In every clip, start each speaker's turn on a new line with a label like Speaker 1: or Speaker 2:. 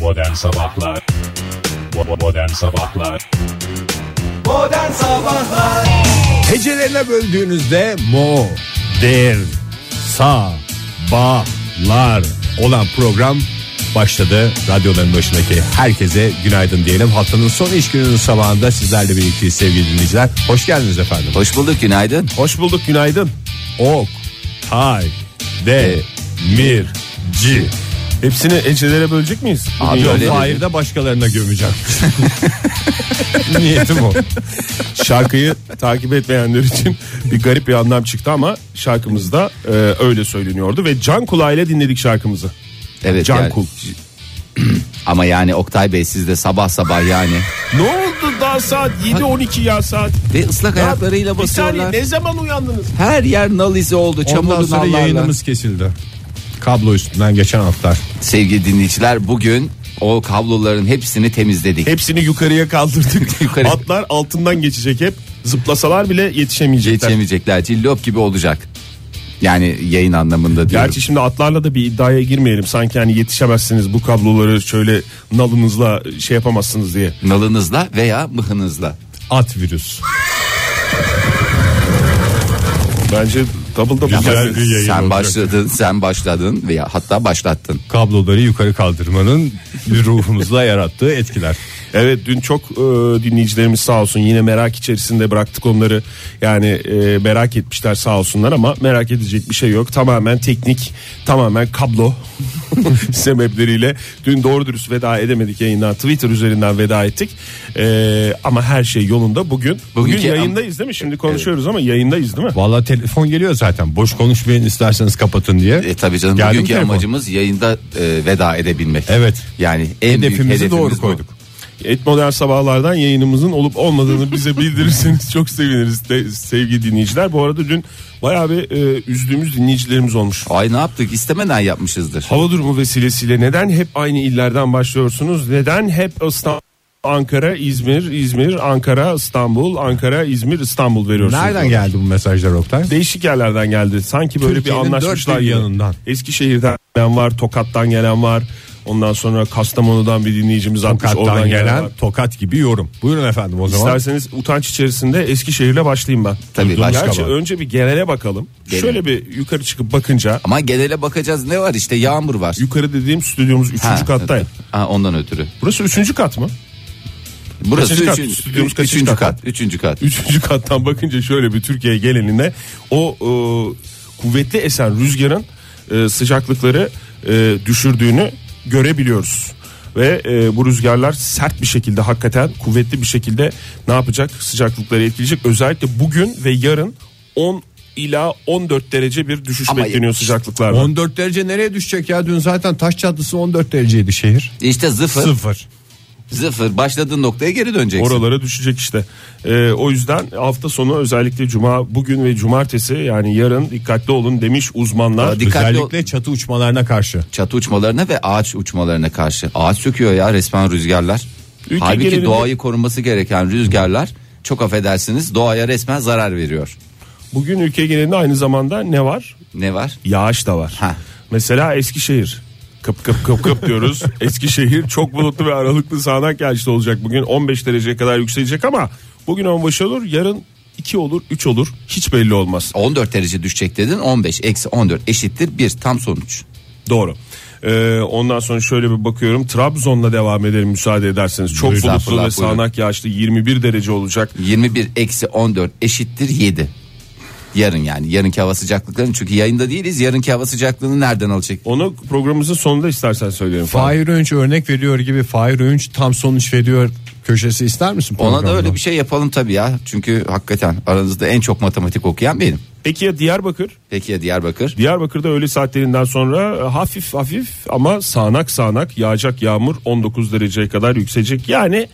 Speaker 1: Modern Sabahlar Bo- Modern Sabahlar
Speaker 2: Modern Sabahlar
Speaker 3: Hecelerine böldüğünüzde mo der sa ba lar olan program başladı. Radyoların başındaki herkese günaydın diyelim. Haftanın son iş gününün sabahında sizlerle birlikteyiz sevgili dinleyiciler. Hoş geldiniz efendim.
Speaker 2: Hoş bulduk günaydın
Speaker 3: Hoş bulduk günaydın. Ok, hay, de, mir, ci.
Speaker 4: Hepsini ecelere bölecek miyiz?
Speaker 2: Abi
Speaker 4: Bugün
Speaker 2: öyle
Speaker 4: yok.
Speaker 3: Hayır da başkalarına gömeceğim. Niyetim o.
Speaker 4: Şarkıyı takip etmeyenler için bir garip bir anlam çıktı ama şarkımızda e, öyle söyleniyordu ve can kulağıyla dinledik şarkımızı.
Speaker 2: Evet
Speaker 4: Can
Speaker 2: yani-
Speaker 4: kul.
Speaker 2: Ama yani Oktay Bey siz de sabah sabah yani
Speaker 4: Ne oldu daha saat 7.12 ya saat.
Speaker 2: Ve ıslak ayaklarıyla
Speaker 4: Bir saniye
Speaker 2: basıyorlar
Speaker 4: ne zaman uyandınız?
Speaker 2: Her yer nal izi oldu
Speaker 3: Ondan
Speaker 2: çamurlu
Speaker 3: sonra
Speaker 2: nallarla
Speaker 3: yayınımız kesildi. Kablo üstünden geçen atlar.
Speaker 2: Sevgili dinleyiciler bugün o kabloların hepsini temizledik
Speaker 4: Hepsini yukarıya kaldırdık.
Speaker 2: Yukarı.
Speaker 4: Atlar altından geçecek hep. Zıplasalar bile yetişemeyecekler.
Speaker 2: Geçemeyecekler cillop gibi olacak Yani yayın anlamında diyorum
Speaker 4: Gerçi şimdi atlarla da bir iddiaya girmeyelim. Sanki hani yetişemezsiniz bu kabloları şöyle nalınızla şey yapamazsınız diye.
Speaker 2: Nalınızla veya mıhınızla
Speaker 3: At virüs.
Speaker 4: Bence double double.
Speaker 3: Güzel bir yayın
Speaker 2: Sen
Speaker 3: olacak.
Speaker 2: başladın sen başladın veya hatta başlattın
Speaker 3: Kabloları yukarı kaldırmanın ruhumuzla yarattığı etkiler.
Speaker 4: Evet dün çok e, dinleyicilerimiz sağ olsun yine merak içerisinde bıraktık onları. Yani e, merak etmişler sağ olsunlar ama merak edecek bir şey yok. Tamamen teknik, tamamen kablo sebepleriyle dün doğru dürüst veda edemedik yayından. Twitter üzerinden veda ettik. E, ama her şey yolunda bugün. Bugün
Speaker 2: Bugünkü-
Speaker 4: yayındayız değil mi? Şimdi konuşuyoruz ama yayındayız değil mi?
Speaker 3: Valla telefon geliyor zaten. Boş konuşmayın isterseniz kapatın diye.
Speaker 2: E tabii canım
Speaker 3: Geldi
Speaker 2: bugünkü
Speaker 3: telefon.
Speaker 2: amacımız yayında e, veda edebilmek.
Speaker 3: Evet.
Speaker 2: Yani en büyük
Speaker 3: Hedefimizi
Speaker 2: hedefimiz
Speaker 3: doğru
Speaker 2: bu.
Speaker 3: koyduk.
Speaker 4: Et modern sabahlardan yayınımızın olup olmadığını bize bildirirseniz çok seviniriz de, sevgili dinleyiciler. Bu arada dün bayağı bir e, üzdüğümüz dinleyicilerimiz olmuş.
Speaker 2: Ay ne yaptık? İstemeden yapmışızdır.
Speaker 4: Hava durumu vesilesiyle neden hep aynı illerden başlıyorsunuz? Neden hep İstanbul, Ankara, İzmir, İzmir, Ankara, İstanbul, Ankara, İzmir, İstanbul veriyorsunuz?
Speaker 3: Nereden geldi bu mesajlar Oktay?
Speaker 4: Değişik yerlerden geldi. Sanki böyle
Speaker 3: Türkiye'nin
Speaker 4: bir anlaşmışlar
Speaker 3: dört bir
Speaker 4: gibi.
Speaker 3: yanından.
Speaker 4: Eskişehir'den gelen var, Tokat'tan gelen var. Ondan sonra Kastamonu'dan bir dinleyicimiz atmış.
Speaker 3: Tokat'tan
Speaker 4: oradan
Speaker 3: gelen
Speaker 4: var.
Speaker 3: tokat gibi yorum. Buyurun efendim o zaman.
Speaker 4: İsterseniz utanç içerisinde Eskişehir'le başlayayım ben.
Speaker 2: Tabii,
Speaker 4: Duyduğum-
Speaker 2: başla
Speaker 4: Gerçi
Speaker 3: bak.
Speaker 4: önce bir genele bakalım.
Speaker 2: Genel.
Speaker 4: Şöyle bir yukarı çıkıp bakınca
Speaker 2: Ama genele bakacağız ne var işte yağmur var.
Speaker 4: yukarı dediğim stüdyomuz 3.
Speaker 2: Ha,
Speaker 4: kattayım.
Speaker 2: Ha, ondan ötürü.
Speaker 4: Burası 3. kat mı?
Speaker 2: Burası
Speaker 4: Kaçıncı kat?
Speaker 2: üçüncü,
Speaker 4: Stüdyomuz kaçıncı
Speaker 2: üçüncü
Speaker 4: kat?
Speaker 2: kat. Üçüncü kat.
Speaker 4: Üçüncü kattan bakınca şöyle bir Türkiye genelinde o e, kuvvetli esen rüzgarın e, sıcaklıkları e, düşürdüğünü görebiliyoruz. Ve e, bu rüzgarlar sert bir şekilde hakikaten kuvvetli bir şekilde ne yapacak sıcaklıkları etkileyecek. Özellikle bugün ve yarın 10 ila 14 derece bir düşüş
Speaker 2: Ama
Speaker 4: bekleniyor sıcaklıklarda.
Speaker 3: 14 derece nereye düşecek ya? Dün zaten taş çatısı 14 dereceydi şehir.
Speaker 2: İşte zıfır.
Speaker 3: Sıfır.
Speaker 2: Zıfır. Başladığın noktaya geri döneceksin.
Speaker 4: Oralara düşecek işte. Ee, o yüzden hafta sonu özellikle cuma bugün ve cumartesi yani yarın dikkatli olun demiş uzmanlar.
Speaker 2: Aa, Dikkatli
Speaker 3: Özellikle çatı uçmalarına karşı.
Speaker 2: Çatı uçmalarına ve ağaç uçmalarına karşı. Ağaç söküyor ya resmen rüzgarlar.
Speaker 4: Ülke
Speaker 2: Halbuki
Speaker 4: genelinde-
Speaker 2: doğayı korunması gereken rüzgarlar çok affedersiniz doğaya resmen zarar veriyor.
Speaker 4: Bugün ülke genelinde aynı zamanda ne var?
Speaker 2: Ne var?
Speaker 4: Yağış da var.
Speaker 2: Ha.
Speaker 4: Mesela Eskişehir. Kıp kıp kıp kıp diyoruz. Eskişehir çok bulutlu ve aralıklı sağanak yağışlı olacak bugün. 15 dereceye kadar yükselecek ama bugün 15 olur, yarın 2 olur, 3 olur. Hiç belli olmaz.
Speaker 2: 14 derece düşecek dedin 15 eksi 14 eşittir 1 tam sonuç.
Speaker 4: Doğru. Ee, ondan sonra şöyle bir bakıyorum. Trabzon'la devam edelim müsaade ederseniz. Çok
Speaker 2: Buyurun.
Speaker 4: bulutlu
Speaker 2: Estağfurullah,
Speaker 4: ve sağanak yağışlı 21 derece olacak.
Speaker 2: 21 eksi 14 eşittir 7. Yarın yani yarınki hava sıcaklıklarını çünkü yayında değiliz yarınki hava sıcaklığını nereden alacak?
Speaker 4: Onu programımızın sonunda istersen söyleyelim. Fahir.
Speaker 3: Fahir Önç örnek veriyor gibi Fahir Önç tam sonuç veriyor köşesi ister misin?
Speaker 2: Ona da
Speaker 3: programda?
Speaker 2: öyle bir şey yapalım tabii ya çünkü hakikaten aranızda en çok matematik okuyan benim.
Speaker 4: Peki ya Diyarbakır?
Speaker 2: Peki ya Diyarbakır?
Speaker 4: Diyarbakır'da öğle saatlerinden sonra e, hafif hafif ama sağanak sağanak yağacak yağmur 19 dereceye kadar yükselecek. Yani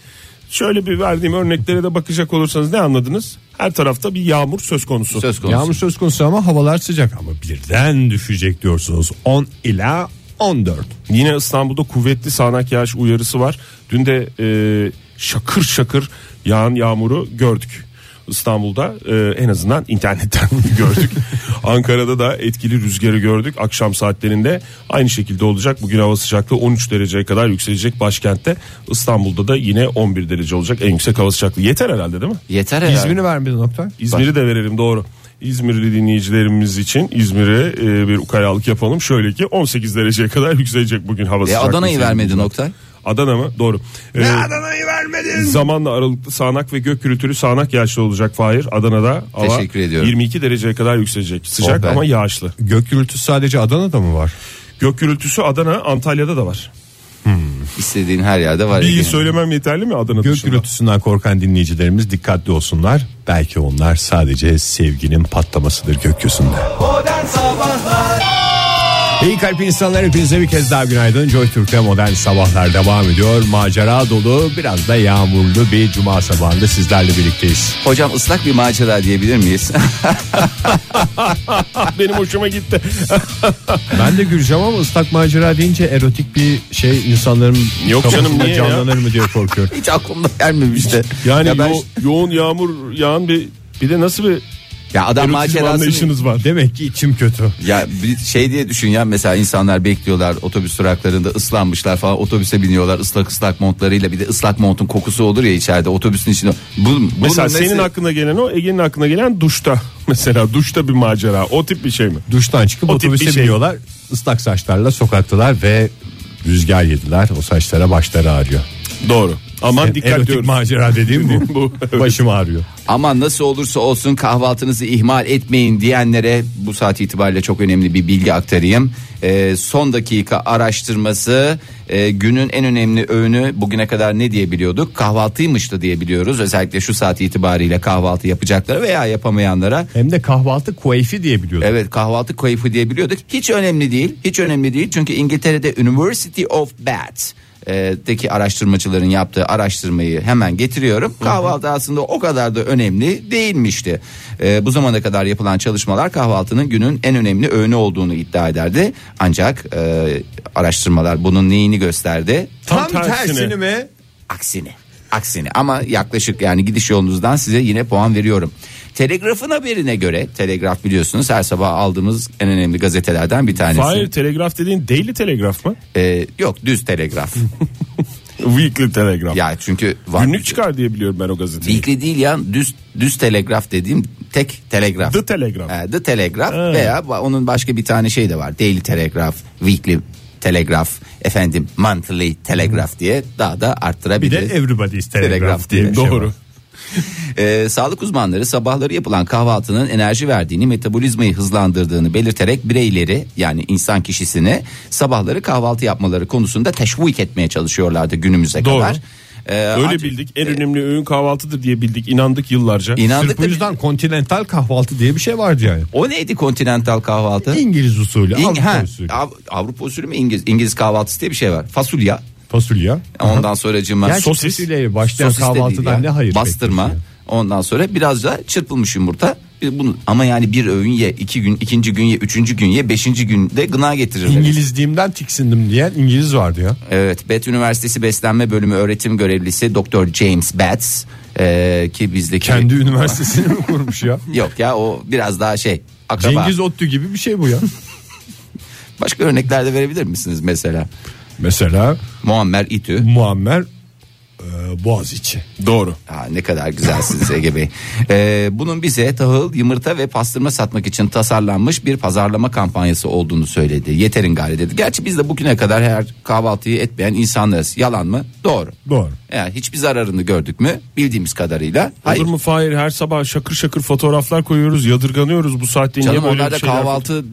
Speaker 4: şöyle bir verdiğim örneklere de bakacak olursanız ne anladınız? Her tarafta bir yağmur söz konusu.
Speaker 2: Söz konusu.
Speaker 3: Yağmur söz konusu ama havalar sıcak ama birden düşecek diyorsunuz 10 ila 14.
Speaker 4: Yine İstanbul'da kuvvetli sağanak yağış uyarısı var. Dün de e, şakır şakır yağan yağmuru gördük. İstanbul'da e, en azından internetten gördük. Ankara'da da etkili rüzgarı gördük. Akşam saatlerinde aynı şekilde olacak. Bugün hava sıcaklığı 13 dereceye kadar yükselecek başkentte. İstanbul'da da yine 11 derece olacak en yüksek hava sıcaklığı. Yeter herhalde değil mi?
Speaker 2: Yeter herhalde.
Speaker 3: İzmir'i vermedin nokta.
Speaker 4: İzmir'i de verelim doğru. İzmirli dinleyicilerimiz için İzmir'e e, bir ukalalık yapalım. Şöyle ki 18 dereceye kadar yükselecek bugün hava
Speaker 2: E
Speaker 4: sıcaklığı.
Speaker 2: Adana'yı vermedin Oktay.
Speaker 4: Adana mı? Doğru. Ee,
Speaker 3: Adana'yı vermedin.
Speaker 4: Zamanla aralıklı sağanak ve gök gürültülü sağanak yağışlı olacak Fahir. Adana'da hava
Speaker 2: Teşekkür ediyorum.
Speaker 4: 22 dereceye kadar yükselecek. Sıcak
Speaker 2: Oh be.
Speaker 4: ama yağışlı.
Speaker 3: Gök gürültüsü sadece Adana'da mı var?
Speaker 4: Gök gürültüsü Adana, Antalya'da da var.
Speaker 2: İstediğin her yerde var.
Speaker 4: Bir iyi
Speaker 2: Ege'nin.
Speaker 4: söylemem yeterli mi Adana
Speaker 3: Gök
Speaker 4: dışında?
Speaker 3: gürültüsünden korkan dinleyicilerimiz dikkatli olsunlar. Belki onlar sadece sevginin patlamasıdır gökyüzünde. İyi kalp insanlar hepinize bir kez daha günaydın. Joy Türk'te modern sabahlar devam ediyor. Macera dolu biraz da yağmurlu bir cuma sabahında sizlerle birlikteyiz.
Speaker 2: Hocam ıslak bir macera diyebilir miyiz?
Speaker 4: Benim hoşuma gitti.
Speaker 3: Ben de güleceğim ama ıslak macera deyince erotik bir şey insanların
Speaker 4: Yok canım,
Speaker 3: kafasında
Speaker 4: niye ya?
Speaker 3: canlanır mı diye korkuyorum.
Speaker 2: Hiç aklımda gelmemişti.
Speaker 4: Yani
Speaker 2: ya, ben-
Speaker 4: yo- yoğun yağmur yağan bir bir de nasıl bir
Speaker 2: ya adam
Speaker 4: erotizm
Speaker 2: macerasını
Speaker 4: anlayışınız var.
Speaker 3: Demek ki içim kötü.
Speaker 2: Ya bir şey diye düşün ya mesela insanlar bekliyorlar otobüs duraklarında ıslanmışlar falan otobüse biniyorlar ıslak ıslak montlarıyla bir de ıslak montun kokusu olur ya içeride otobüsün içinde. Bu, bunun
Speaker 4: Mesela
Speaker 2: nesi-
Speaker 4: senin aklına gelen o Ege'nin aklına gelen duşta. Mesela duşta bir macera. O tip bir şey mi?
Speaker 3: Duştan çıkıp
Speaker 4: O tip bir
Speaker 3: otobüse
Speaker 4: şey.
Speaker 3: biniyorlar. Islak saçlarla sokaktalar ve rüzgar yediler. O saçlara başları ağrıyor.
Speaker 4: Doğru. Aman
Speaker 3: Yani
Speaker 4: dikkat
Speaker 3: erotik
Speaker 4: diyorum.
Speaker 3: macera dediğim bu.
Speaker 4: Bu, evet.
Speaker 3: Başım ağrıyor.
Speaker 2: Aman nasıl olursa olsun kahvaltınızı ihmal etmeyin diyenlere bu saat itibariyle çok önemli bir bilgi aktarayım. Ee, son dakika araştırması e, günün en önemli öğünü bugüne kadar ne diyebiliyorduk? Kahvaltıymıştı diyebiliyoruz. Özellikle şu saat itibariyle kahvaltı yapacaklara veya yapamayanlara
Speaker 3: Hem de kahvaltı kueyfi diye biliyordum.
Speaker 2: Evet kahvaltı kayıfı diye biliyorduk. Hiç önemli değil. Hiç önemli değil. Çünkü İngiltere'de University of Bath e, deki araştırmacıların yaptığı araştırmayı hemen getiriyorum. Kahvaltı aslında o kadar da önemli değilmişti. E, bu zamana kadar yapılan çalışmalar kahvaltının günün en önemli öğünü olduğunu iddia ederdi. Ancak e, araştırmalar bunun neyini gösterdi?
Speaker 4: Tam tersini.
Speaker 3: mi?
Speaker 2: Aksine. Aksine ama yaklaşık yani gidiş yolunuzdan size yine puan veriyorum. Telegraf'ın haberine göre Telegraf biliyorsunuz her sabah aldığımız en önemli gazetelerden bir tanesi.
Speaker 4: Hayır telegraf dediğin Daily Telegraf mı?
Speaker 2: Ee, yok düz Telegraf.
Speaker 4: Weekly Telegraf.
Speaker 2: ya çünkü var.
Speaker 4: Günlük çıkar diye biliyorum ben o gazeteyi.
Speaker 2: Weekly değil ya düz düz Telegraf dediğim tek Telegraf.
Speaker 4: The Telegraph.
Speaker 2: Ee, The Telegraph
Speaker 4: Evet.
Speaker 2: veya ba- onun başka bir tane şey de var. Daily Telegraph, Weekly Telegraph, efendim Monthly Telegraph diye daha da
Speaker 3: Bir de
Speaker 2: arttırabiliriz.
Speaker 3: everybody's
Speaker 2: Telegraf
Speaker 3: telegraf diye
Speaker 2: diye.
Speaker 3: bir şey
Speaker 4: Doğru.
Speaker 3: var.
Speaker 2: Ee, sağlık uzmanları sabahları yapılan kahvaltının enerji verdiğini, metabolizmayı hızlandırdığını belirterek bireyleri yani insan kişisini sabahları kahvaltı yapmaları konusunda teşvik etmeye çalışıyorlardı günümüze
Speaker 4: Doğru.
Speaker 2: kadar. Ee,
Speaker 4: Öyle
Speaker 2: ancak-
Speaker 4: bildik. En önemli öğün kahvaltıdır diye bildik. inandık yıllarca.
Speaker 2: İnandık
Speaker 3: Sırf bu
Speaker 2: da biz-
Speaker 3: yüzden kontinental kahvaltı diye bir şey vardı yani.
Speaker 2: O neydi kontinental kahvaltı?
Speaker 3: İngiliz usulü,
Speaker 2: İng-
Speaker 3: Avrupa
Speaker 2: ha,
Speaker 3: usulü.
Speaker 2: Av- Avrupa usulü mü İngiliz? İngiliz kahvaltısı diye bir şey var. Fasulye.
Speaker 3: Fasulye.
Speaker 2: Ondan sonra cıma.
Speaker 3: Gerçi
Speaker 4: sosis-
Speaker 3: fasulyeyle başlayan
Speaker 2: Sosis de değil ya.
Speaker 3: kahvaltıdan ne hayır
Speaker 2: Bastırma.
Speaker 3: bekliyorsun
Speaker 2: Ondan sonra biraz da çırpılmış yumurta. Bir Bunu, ama yani bir öğün ye, iki gün, ikinci gün ye, üçüncü gün ye, beşinci günde gına getirirler.
Speaker 3: ya? İngilizliğimden tiksindim diyen İngiliz vardı ya.
Speaker 2: Evet, Bat Üniversitesi Beslenme Bölümü öğretim görevlisi Doktor James Betts eee, ki bizdeki
Speaker 3: Kendi üniversitesini mi kurmuş ya?
Speaker 2: yok ya o biraz daha şey akraba.
Speaker 3: Cengiz Ottu gibi bir şey bu ya.
Speaker 2: Başka örnekler de verebilir misiniz mesela?
Speaker 3: Mesela
Speaker 2: Muammer İTÜ.
Speaker 3: Muammer e, Boğaziçi.
Speaker 4: Doğru.
Speaker 2: Ha, ne kadar güzelsiniz Ege Bey. Ee, bunun bize tahıl, yumurta ve pastırma satmak için tasarlanmış bir pazarlama kampanyası olduğunu söyledi. Yeterin gari dedi. Gerçi biz de bugüne kadar her kahvaltıyı etmeyen insanlarız. Yalan mı? Doğru.
Speaker 3: Doğru.
Speaker 2: Yani hiçbir zararını gördük mü? Bildiğimiz kadarıyla. Hayır.
Speaker 4: Olur mu Fahir her sabah şakır şakır fotoğraflar koyuyoruz yadırganıyoruz bu saatte niye
Speaker 2: Canım
Speaker 4: böyle
Speaker 2: onlar da
Speaker 4: bir şeyler-
Speaker 2: kahvaltı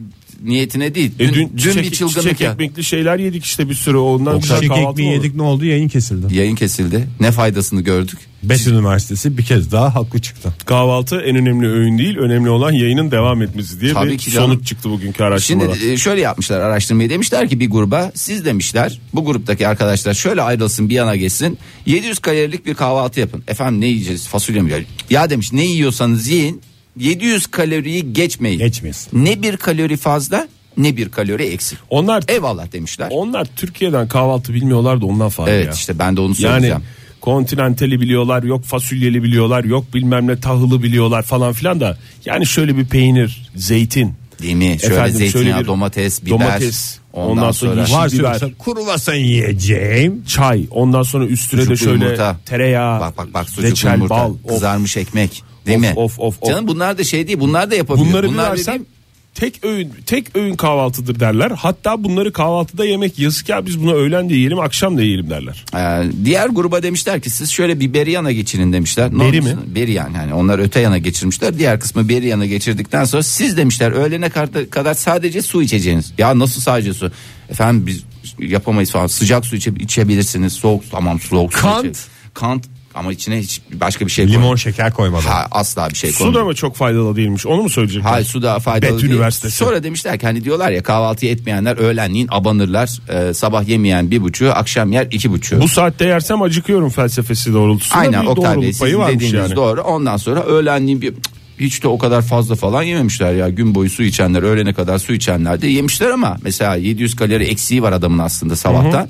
Speaker 2: niyetine değil.
Speaker 4: E,
Speaker 2: Dün,
Speaker 4: dün,
Speaker 2: dün
Speaker 4: çiçek,
Speaker 2: bir çılgınlık
Speaker 4: çiçek
Speaker 2: ya.
Speaker 4: ekmekli şeyler yedik işte bir sürü ondan güzel
Speaker 3: Çiçek
Speaker 4: kahvaltı
Speaker 3: ekmeği
Speaker 4: mı olur?
Speaker 3: yedik ne oldu yayın kesildi.
Speaker 2: Yayın kesildi. Ne faydasını gördük?
Speaker 3: Bet Üniversitesi bir kez daha haklı çıktı.
Speaker 4: Kahvaltı en önemli öğün değil önemli olan yayının devam etmesi diye
Speaker 2: Tabii
Speaker 4: bir
Speaker 2: ki canım.
Speaker 4: sonuç çıktı bugünkü araştırmada.
Speaker 2: Şimdi e, şöyle yapmışlar araştırmayı demişler ki bir gruba siz demişler bu gruptaki arkadaşlar şöyle ayrılsın bir yana geçsin 700 kalorilik bir kahvaltı yapın. Efendim ne yiyeceğiz fasulye mi? Ya demiş ne yiyorsanız yiyin 700 kaloriyi geçmeyin.
Speaker 3: Geçmesin.
Speaker 2: Ne bir kalori fazla ne bir kalori eksik.
Speaker 4: Onlar
Speaker 2: Eyvallah demişler.
Speaker 4: onlar Türkiye'den kahvaltı bilmiyorlar da ondan Fahir
Speaker 2: evet
Speaker 4: ya.
Speaker 2: işte ben de onu
Speaker 4: Yani
Speaker 2: söyleyeceğim.
Speaker 4: kontinenteli biliyorlar yok fasulyeli biliyorlar yok bilmem ne tahılı biliyorlar falan filan da yani şöyle bir peynir zeytin
Speaker 2: Değil mi? Şöyle
Speaker 4: Efendim, şöyle
Speaker 2: zeytinyağı,
Speaker 4: bir
Speaker 2: domates, biber.
Speaker 4: domates,
Speaker 2: Ondan,
Speaker 4: ondan sonra
Speaker 2: sonra,
Speaker 4: yeşil-
Speaker 3: Varsa
Speaker 4: biber.
Speaker 3: yoksa kuru lasan yiyeceğim.
Speaker 4: çay ondan sonra üstüne de
Speaker 2: Sucuklu
Speaker 4: şöyle
Speaker 2: yumurta.
Speaker 4: tereyağı
Speaker 2: bak bak bak sucuk
Speaker 4: reçel
Speaker 2: yumurta,
Speaker 4: bal of.
Speaker 2: kızarmış ekmek. Değil
Speaker 4: Of,
Speaker 2: mi?
Speaker 4: of, of, of.
Speaker 2: Canım bunlar da şey değil. Bunlar da yapabiliyor.
Speaker 4: bunları
Speaker 2: bunlar
Speaker 4: bir versen
Speaker 2: dediğim-
Speaker 4: tek öğün tek öğün kahvaltıdır derler hatta bunları kahvaltıda yemek yazık ya biz bunu öğlen de yiyelim akşam da yiyelim derler
Speaker 2: Ee, diğer gruba demişler ki siz şöyle bir beri yana geçirin demişler. Ne
Speaker 4: Beri
Speaker 2: olmuş?
Speaker 4: mi?
Speaker 2: Beri yani hani onlar öte yana geçirmişler. Diğer kısmı beri yana geçirdikten sonra siz demişler öğlene kar- kadar sadece su içeceğiniz. Ya nasıl sadece su? Efendim biz yapamayız falan. Sıcak su içe- içebilirsiniz. Soğuk tamam soğuk su
Speaker 3: Kant.
Speaker 2: içe- Kant ama içine hiç başka bir şey koymadım.
Speaker 3: Limon şeker koymadan.
Speaker 2: Ha, asla bir şey
Speaker 4: su da
Speaker 2: koymadım.
Speaker 4: mı çok faydalı değilmiş onu mu söyleyecekler
Speaker 2: Hayır su daha faydalı
Speaker 4: Bet
Speaker 2: değil.
Speaker 4: Üniversitesi.
Speaker 2: Sonra demişler ki hani diyorlar ya kahvaltı etmeyenler öğlenleyin abanırlar. Ee, sabah yemeyen bir buçuğu akşam yer iki buçuğu.
Speaker 4: bu saatte yersem acıkıyorum felsefesi doğrultusunda
Speaker 2: Aynen
Speaker 4: bir
Speaker 2: Oktay Bey
Speaker 4: doğruluk payı
Speaker 2: sizin
Speaker 4: varmış
Speaker 2: dediğiniz
Speaker 4: yani.
Speaker 2: doğru. Ondan sonra öğlenleyin bir hiç de o kadar fazla falan yememişler ya gün boyu su içenler öğlene kadar su içenler de yemişler ama mesela 700 kalori eksiği var adamın aslında sabahtan.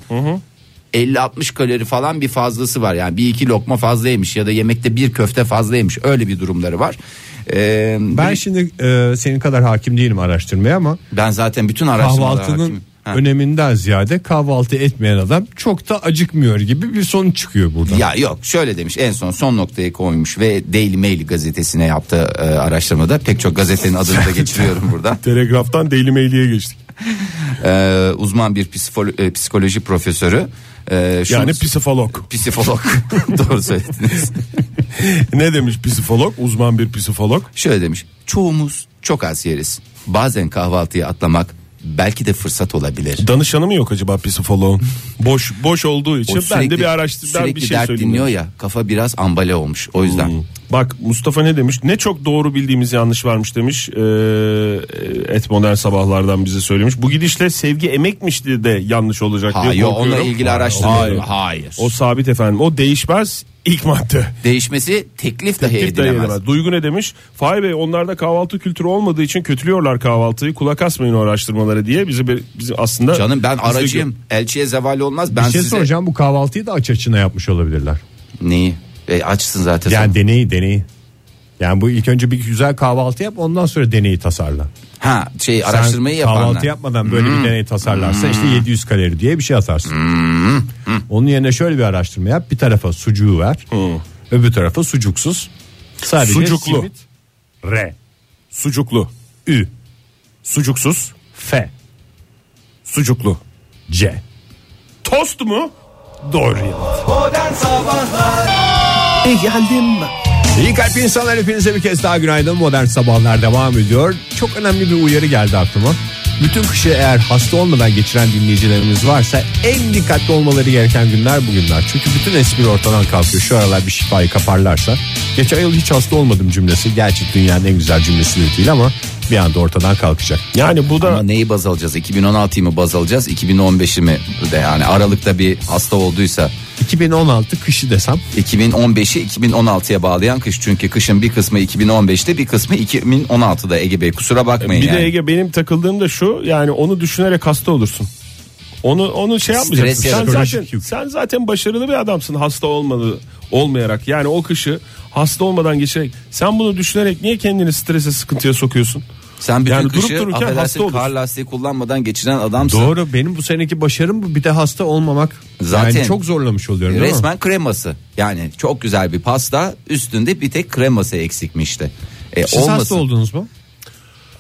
Speaker 2: 50-60 kalori falan bir fazlası var yani bir iki lokma fazla yemiş ya da yemekte bir köfte fazla yemiş öyle bir durumları var. Ee,
Speaker 3: Ben
Speaker 2: bir-
Speaker 3: şimdi e, senin kadar hakim değilim araştırmaya ama
Speaker 2: ben zaten bütün araştırmalara
Speaker 3: kahvaltının
Speaker 2: hakimim. Ha.
Speaker 3: öneminden ziyade kahvaltı etmeyen adam çok da acıkmıyor gibi bir sonuç çıkıyor buradan.
Speaker 2: Ya yok şöyle demiş en son son noktayı koymuş ve Daily Mail gazetesine yaptığı e, araştırmada pek çok gazetenin adını da geçiriyorum burada.
Speaker 4: Telegraftan Daily Mail'e geçtik.
Speaker 2: Ee, uzman bir psifolo- e, psikoloji profesörü. Ee, şunu-
Speaker 4: Yani psikolog.
Speaker 2: psikolog doğru söylediniz.
Speaker 4: ne demiş psikolog? Uzman bir psikolog.
Speaker 2: Şöyle demiş çoğumuz çok az yeriz bazen kahvaltıyı atlamak belki de fırsat olabilir.
Speaker 4: Danışanı mı yok acaba psikoloğun? boş boş olduğu için
Speaker 2: O
Speaker 4: ben de
Speaker 2: sürekli-
Speaker 4: bir araştırdım
Speaker 2: sürekli
Speaker 4: bir şey
Speaker 2: dert
Speaker 4: söyleyeyim. Hmm.
Speaker 2: dinliyor ya kafa biraz ambale olmuş o yüzden.
Speaker 4: Bak Mustafa ne demiş? Ne çok doğru bildiğimiz yanlış varmış demiş. Ee, et modern sabahlardan bize söylemiş. Bu gidişle sevgi emekmişti de yanlış olacak diye
Speaker 2: Hayır
Speaker 4: korkuyorum.
Speaker 2: onunla ilgili araştırma.
Speaker 4: Hayır.
Speaker 2: Hayır.
Speaker 4: O sabit efendim. O değişmez ilk madde.
Speaker 2: Değişmesi teklif dahi
Speaker 4: Bir dayanamaz.
Speaker 2: edilemez.
Speaker 4: Duygu ne demiş? Fahir Bey onlarda kahvaltı kültürü olmadığı için kötülüyorlar kahvaltıyı. Kulak asmayın o araştırmalara diye bizi bir- bizi aslında
Speaker 2: Canım ben
Speaker 4: bizi-
Speaker 2: aracıyım. Elçiye zeval olmaz. Ben
Speaker 3: bir şey
Speaker 2: size
Speaker 3: soracağım bu kahvaltıyı da aç açına yapmış olabilirler.
Speaker 2: neyi? E, açsın zaten. sen.
Speaker 3: Yani deneyi deneyi. Yani bu ilk önce bir güzel kahvaltı yap ondan sonra deneyi tasarla.
Speaker 2: ha şey
Speaker 3: Sen
Speaker 2: araştırmayı yapanlar. Hmm.
Speaker 3: Kahvaltı yapmadan böyle bir deney tasarlarsa işte 700 kalori diye bir şey atarsın.
Speaker 2: Hmm.
Speaker 3: Onun yerine şöyle bir araştırma yap. Bir tarafa sucuğu ver.
Speaker 2: Hmm.
Speaker 3: Öbür tarafa sucuksuz. Sadece
Speaker 4: Sucuklu.
Speaker 3: simit, R,
Speaker 4: Sucuklu,
Speaker 3: Ü,
Speaker 4: sucuksuz,
Speaker 3: F,
Speaker 4: sucuklu.
Speaker 3: C.
Speaker 4: Tost mu?
Speaker 3: Doğru cevap. İyi kalp insanlar hepinize bir kez daha günaydın. Modern Sabahlar devam ediyor. Çok önemli bir uyarı geldi aklıma. Bütün kışı eğer hasta olmadan geçiren dinleyicilerimiz varsa en dikkatli olmaları gereken günler bugünler. Çünkü bütün espri ortadan kalkıyor. Şu aralar bir şifayı kaparlarsa. Geçen yıl hiç hasta olmadım cümlesi. Gerçi dünyanın en güzel cümlesi de değil ama bir anda ortadan kalkacak.
Speaker 4: Yani bu da
Speaker 2: Ama neyi baz alacağız? 2016'yı mı baz alacağız? 2015'i mi? De yani Aralık'ta bir hasta olduysa
Speaker 3: 2016 kışı desem
Speaker 2: 2015'i 2016'ya bağlayan kış. Çünkü kışın bir kısmı 2015'te bir kısmı 2016'da Ege Bey. Kusura bakmayın
Speaker 4: E, bir
Speaker 2: yani.
Speaker 4: de Ege benim takıldığım da şu. Yani onu düşünerek hasta olursun. Onu onu şey yapmayacaksın.
Speaker 2: Stres
Speaker 4: Sen
Speaker 2: yaratır.
Speaker 4: zaten sen zaten başarılı bir adamsın hasta olmadı olmayarak. Yani o kışı hasta olmadan geçerek. Sen bunu düşünerek niye kendini strese sıkıntıya sokuyorsun?
Speaker 2: Sen bütün
Speaker 4: Yani durup
Speaker 2: kışı
Speaker 4: dururken
Speaker 2: affedersin,
Speaker 4: hasta olursun.
Speaker 2: kar lastiği kullanmadan geçiren adamsın.
Speaker 3: Doğru benim bu seneki başarım bu bir de hasta olmamak. Zaten
Speaker 2: Zaten-
Speaker 3: yani çok zorlamış oluyorum değil mi?
Speaker 2: Resmen kreması. Yani çok güzel bir pasta üstünde bir tek kreması eksikmişti. E,
Speaker 3: Siz hasta
Speaker 2: olmasın.
Speaker 3: oldunuz mu?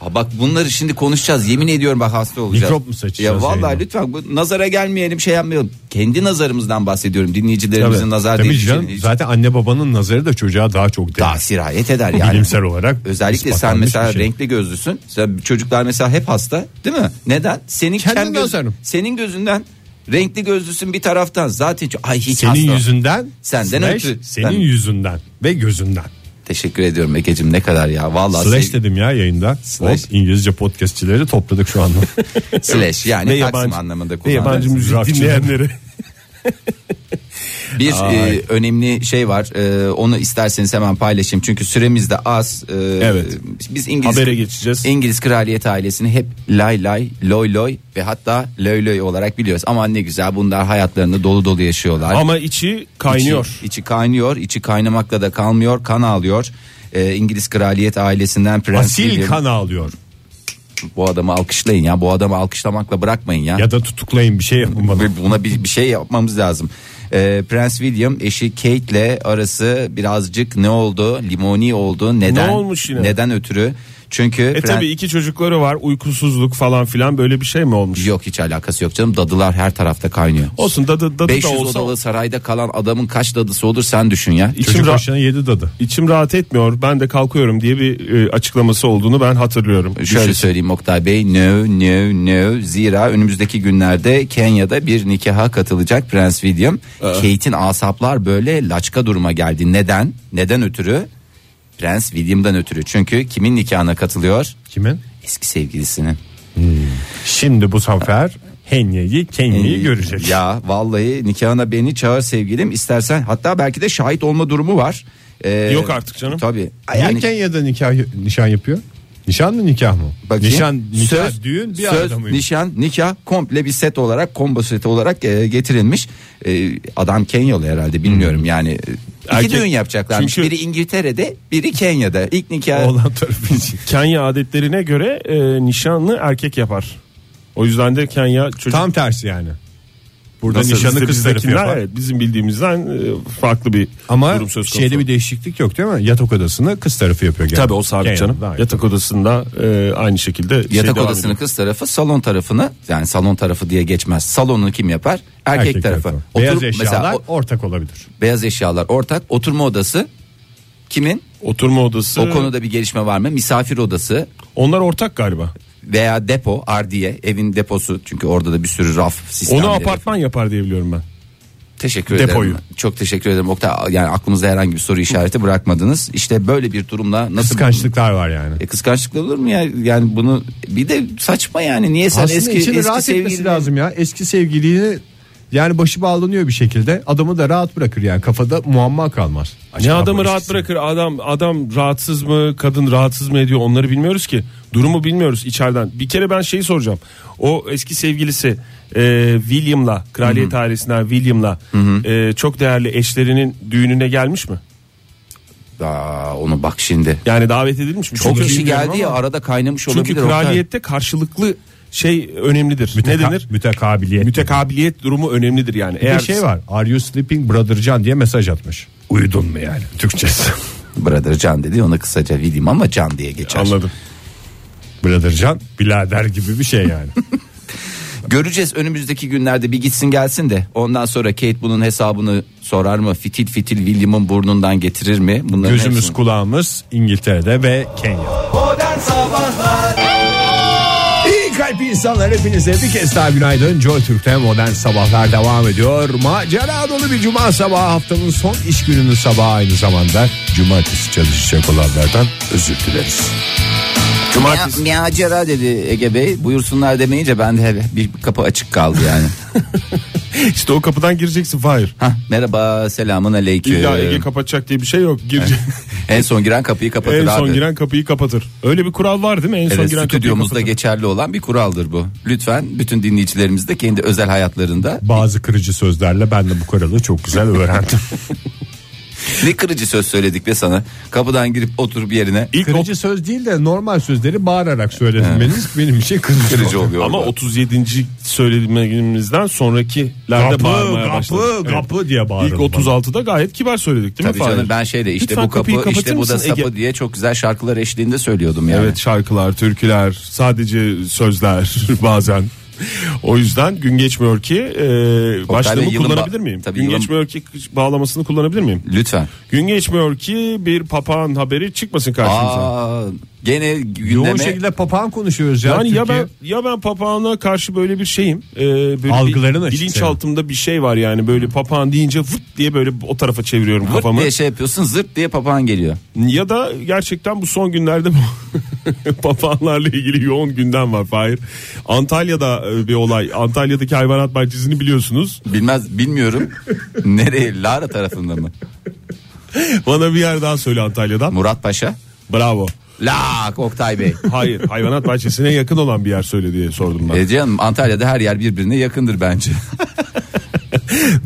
Speaker 2: Ha bak bunları şimdi konuşacağız. Yemin ediyorum bak hasta olacağız.
Speaker 3: Mikrop mu saçacağız
Speaker 2: Ya vallahi
Speaker 3: yayına?
Speaker 2: lütfen bu nazara gelmeyelim şey yapmayalım. Kendi nazarımızdan bahsediyorum. Dinleyicilerimizin nazar
Speaker 3: Tabii
Speaker 2: değdiği için
Speaker 3: canım,
Speaker 2: hiç-
Speaker 3: zaten anne babanın nazarı da çocuğa daha çok değer.
Speaker 2: daha sirayet eder yani.
Speaker 3: Bilimsel olarak
Speaker 2: Özellikle sen
Speaker 3: ispatlanmış
Speaker 2: mesela
Speaker 3: bir şey.
Speaker 2: renkli gözlüsün. Sen- çocuklar mesela hep hasta değil mi? Neden? Senin
Speaker 3: Kendi
Speaker 2: kem göz-
Speaker 3: nazarım.
Speaker 2: senin gözünden renkli gözlüsün bir taraftan zaten çok- ay hiç
Speaker 3: senin
Speaker 2: hasta.
Speaker 3: yüzünden
Speaker 2: Senden
Speaker 3: slash,
Speaker 2: ötürü.
Speaker 3: senin
Speaker 2: Ben-
Speaker 3: yüzünden ve gözünden.
Speaker 2: Teşekkür ediyorum Egeciğim ne kadar ya. Vallahi
Speaker 3: Slash
Speaker 2: sev-
Speaker 3: dedim ya yayında.
Speaker 2: Slash.
Speaker 3: Hop, İngilizce podcastçileri topladık şu anda.
Speaker 2: slash yani
Speaker 4: Ve
Speaker 2: Taksim
Speaker 4: yabancı-
Speaker 2: anlamında
Speaker 4: Ve yabancı
Speaker 2: kullandım.
Speaker 4: müzik
Speaker 3: Rockçı.
Speaker 4: dinleyenleri.
Speaker 2: Bir
Speaker 3: Ay.
Speaker 2: e, önemli şey var. E, onu isterseniz hemen paylaşayım. Çünkü süremiz de az. E,
Speaker 4: Evet.
Speaker 2: Biz İngiliz
Speaker 4: Habere geçeceğiz.
Speaker 2: İngiliz kraliyet ailesini hep lay lay, loy loy ve hatta löy löy olarak biliyoruz. Ama ne güzel bunlar hayatlarını dolu dolu yaşıyorlar.
Speaker 4: Ama içi kaynıyor.
Speaker 2: İçi, içi kaynıyor. içi kaynamakla da kalmıyor. Kan ağlıyor. E, İngiliz kraliyet ailesinden Prens
Speaker 3: Asil
Speaker 2: William-
Speaker 3: kan ağlıyor.
Speaker 2: Bu adamı alkışlayın ya. Bu adamı alkışlamakla bırakmayın ya.
Speaker 3: Ya da tutuklayın bir şey yapın bana.
Speaker 2: Ve Buna bir, bir şey yapmamız lazım. Ee, Prens William eşi Kate ile arası birazcık ne oldu? Limoni oldu. Neden?
Speaker 4: Ne olmuş yine?
Speaker 2: Neden ötürü? Çünkü
Speaker 4: E
Speaker 2: Pren-
Speaker 4: tabii iki çocukları var uykusuzluk falan filan böyle bir şey mi olmuş?
Speaker 2: yok hiç alakası yok canım. Dadılar her tarafta kaynıyor.
Speaker 4: Olsun dadı, dadı da
Speaker 2: 500
Speaker 4: olsa
Speaker 2: odalı sarayda kalan adamın kaç dadısı olur sen düşün ya.
Speaker 4: içim,
Speaker 3: Çocuk
Speaker 4: ra-
Speaker 3: başına yedi dadı.
Speaker 4: içim rahat etmiyor ben de kalkıyorum diye bir e, açıklaması olduğunu ben hatırlıyorum.
Speaker 2: E, Şöyle
Speaker 4: Düşün.
Speaker 2: söyleyeyim Oktay Bey no no no zira önümüzdeki günlerde Kenya'da bir nikaha katılacak Prens William. Kate'in asaplar böyle laçka duruma geldi. Neden? Neden ötürü? Prens William'dan ötürü. Çünkü kimin nikahına katılıyor?
Speaker 3: Kimin?
Speaker 2: Eski sevgilisinin.
Speaker 3: Şimdi bu sefer Henye'yi Kenya'yı görecek.
Speaker 2: Ya vallahi nikahına beni çağır sevgilim istersen hatta belki de şahit olma durumu var. Ee,
Speaker 4: Yok artık canım.
Speaker 2: Tabii.
Speaker 3: Niye
Speaker 2: Yani-
Speaker 3: Kenya'da nikah, nişan yapıyor? Nişan mı nikah mı?
Speaker 2: Bakayım.
Speaker 3: Nişan, nikah,
Speaker 2: söz,
Speaker 3: düğün bir
Speaker 2: söz,
Speaker 3: arada mıymış?
Speaker 2: nişan, nikah komple bir set olarak, combo seti olarak e, getirilmiş. E, adam Kenyalı herhalde bilmiyorum yani. E, İki
Speaker 4: Erkek-
Speaker 2: düğün yapacaklarmış.
Speaker 4: Çünkü-
Speaker 2: Biri İngiltere'de, biri Kenya'da. İlk nikah
Speaker 3: Oğlan tarafı için.
Speaker 4: Kenya adetlerine göre e, nişanlı erkek yapar. O yüzden de Kenya çocuk
Speaker 3: Tam tersi yani. Burada
Speaker 4: Nasıl?
Speaker 3: nişanı
Speaker 4: Bizde-
Speaker 3: kız tarafı
Speaker 4: bizdekinden,
Speaker 3: yapar.
Speaker 4: evet, bizim bildiğimizden e, farklı bir
Speaker 3: Ama
Speaker 4: durum söz konusu.
Speaker 3: şeyde bir değişiklik yok değil mi? Yatak odasını kız tarafı yapıyor. Gene.
Speaker 4: Tabii o sabit
Speaker 3: Gene
Speaker 4: canım.
Speaker 3: daha iyi.
Speaker 4: Yatak odasında e, aynı şekilde şey
Speaker 2: yatak
Speaker 4: devam
Speaker 2: odasının
Speaker 4: ediyor.
Speaker 2: kız tarafı, salon tarafını yani salon tarafı diye geçmez. Salonunu kim yapar? Erkek, tarafı.
Speaker 3: Beyaz
Speaker 2: Oturup-
Speaker 3: eşyalar
Speaker 2: mesela o-
Speaker 3: ortak olabilir.
Speaker 2: beyaz eşyalar ortak, oturma odası kimin?
Speaker 4: oturma odası.
Speaker 2: O konuda bir gelişme var mı? Misafir odası
Speaker 4: Onlar ortak galiba.
Speaker 2: veya depo, ardiye, evin deposu. Çünkü orada da bir sürü raf sistemleri.
Speaker 4: Onu apartman yapar diye biliyorum ben.
Speaker 2: Teşekkür
Speaker 4: Depoyu.
Speaker 2: ederim. Çok teşekkür ederim Oktay. Yani aklımızda herhangi bir soru işareti bırakmadınız. İşte böyle bir durumla nasıl
Speaker 3: Kıskançlıklar var yani.
Speaker 2: E, kıskançlık olur mu ya? Yani bunu bir de saçma yani. Niye sen
Speaker 3: Aslında
Speaker 2: eski
Speaker 3: içini
Speaker 2: eski
Speaker 3: rahat etmesi
Speaker 2: sevgilini-
Speaker 3: lazım ya. Eski sevgilini yani başı bağlanıyor bir şekilde. Adamı da rahat bırakır yani. Kafada muamma kalmaz.
Speaker 4: Ne
Speaker 3: Acaba bu
Speaker 4: adamı rahat
Speaker 3: eskisi-
Speaker 4: bırakır? Adam adam rahatsız mı? Kadın rahatsız mı ediyor? Onları bilmiyoruz ki. Durumu bilmiyoruz içeriden. Bir kere ben şeyi soracağım. O eski sevgilisi e, William'la, kraliyet ailesinden William'la e, çok değerli eşlerinin düğününe gelmiş mi?
Speaker 2: Aa, onu bak şimdi.
Speaker 4: Yani davet edilmiş mi?
Speaker 2: Çok
Speaker 4: Çünkü
Speaker 2: kişi
Speaker 4: bilmiyorum
Speaker 2: geldi ya
Speaker 4: ama-
Speaker 2: arada kaynamış
Speaker 4: Çünkü
Speaker 2: olabilir. Oktay.
Speaker 4: kraliyette karşılıklı şey önemlidir. ne
Speaker 3: Müteka-
Speaker 4: denir?
Speaker 3: Mütekabiliyet.
Speaker 4: Mütekabiliyet durumu önemlidir yani.
Speaker 3: Bir
Speaker 4: Eğer
Speaker 3: de şey var. Are you sleeping brother Can diye mesaj atmış. Uyudun mu yani? Türkçesi.
Speaker 2: Brother Can dedi ona kısaca William ama Can diye geçer.
Speaker 4: anladım.
Speaker 3: brother Can birader gibi bir şey yani.
Speaker 2: Göreceğiz önümüzdeki günlerde bir gitsin gelsin de ondan sonra Kate bunun hesabını sorar mı? Fitil fitil William'ın burnundan getirir mi? Bunların
Speaker 3: Gözümüz
Speaker 2: hepsini-
Speaker 3: kulağımız İngiltere'de ve Kenya. İyi kalp insanlar hepinize bir kez daha günaydın. Joy Türk'te modern sabahlar devam ediyor. Macera dolu bir cuma sabahı haftanın son iş gününün sabahı aynı zamanda. Cumartesi çalışacak olanlardan özür dileriz.
Speaker 4: Cumartesi.
Speaker 2: Ya, macera dedi Ege Bey. Buyursunlar demeyince ben de he- bir kapı açık kaldı yani.
Speaker 4: İşte o kapıdan gireceksin Fahir.
Speaker 2: Hah, merhaba selamun aleyküm.
Speaker 4: İlla Ege kapatacak diye bir şey yok. Girecek.
Speaker 2: en son giren kapıyı kapatır
Speaker 4: en son
Speaker 2: abi.
Speaker 4: giren kapıyı kapatır. Öyle bir kural var değil mi? En son
Speaker 2: Evet,
Speaker 4: giren kapıyı
Speaker 2: stüdyomuzda
Speaker 4: kapatır.
Speaker 2: geçerli olan bir kuraldır bu. Lütfen bütün dinleyicilerimiz de kendi özel hayatlarında
Speaker 3: Bazı kırıcı sözlerle ben de bu kuralı çok güzel öğrendim.
Speaker 2: ne kırıcı söz söyledik be sana. Kapıdan girip otur bir yerine
Speaker 4: İlk
Speaker 3: kırıcı söz değil de normal sözleri bağırarak söylenmeniz benim için kırıcı,
Speaker 2: kırıcı
Speaker 3: oldu.
Speaker 2: oluyor.
Speaker 4: ama
Speaker 2: orada.
Speaker 4: 37. söylediğimizden sonrakilerde
Speaker 3: Kapı,
Speaker 4: bağırmaya
Speaker 3: kapı,
Speaker 4: başladı. Evet.
Speaker 3: kapı diye
Speaker 4: İlk
Speaker 3: bağırdım.
Speaker 4: 36'da gayet kibar söyledik değil
Speaker 2: Tabii
Speaker 4: mi Fahir?
Speaker 2: canım ben şeyde işte
Speaker 4: Lütfen
Speaker 2: bu
Speaker 4: kapıyı
Speaker 2: kapı işte
Speaker 4: kapatır
Speaker 2: bu da
Speaker 4: mısın
Speaker 2: sapı
Speaker 4: Ege?
Speaker 2: diye çok güzel şarkılar eşliğinde söylüyordum yani.
Speaker 4: Evet şarkılar, türküler, sadece sözler bazen. O yüzden gün geçmiyor ki e, başlığımı
Speaker 2: yılın ba-
Speaker 4: kullanabilir miyim?
Speaker 2: Tabii
Speaker 4: gün
Speaker 2: yılın-
Speaker 4: geçmiyor ki bağlamasını kullanabilir miyim?
Speaker 2: Lütfen.
Speaker 4: Gün geçmiyor ki bir papağan haberi çıkmasın karşımıza.
Speaker 2: Aa, Gene
Speaker 3: Yoğun
Speaker 2: gündeme
Speaker 3: şekilde papağan konuşuyoruz ya.
Speaker 4: Yani ya
Speaker 3: Türkiye.
Speaker 4: ben ya ben papağana karşı böyle bir şeyim. Ee, böyle
Speaker 3: Algıların
Speaker 4: bir,
Speaker 3: açık
Speaker 4: bilinçaltımda bir şey var yani böyle papağan deyince vıt diye böyle o tarafa çeviriyorum
Speaker 2: vırt
Speaker 4: kafamı.
Speaker 2: diye şey yapıyorsun zırt diye papağan geliyor.
Speaker 4: Ya da gerçekten bu son günlerde bu papağanlarla ilgili yoğun gündem var Fahir. Antalya'da e, bir olay. Antalya'daki hayvanat bahçesini biliyorsunuz.
Speaker 2: Bilmez bilmiyorum. Nereye Lara tarafında mı?
Speaker 4: Bana bir yer daha söyle Antalya'dan.
Speaker 2: Murat Paşa.
Speaker 4: Bravo.
Speaker 2: Lak Oktay Bey.
Speaker 4: Hayır hayvanat bahçesine yakın olan bir yer söyle diye sordum ben.
Speaker 2: E canım Antalya'da her yer birbirine yakındır bence.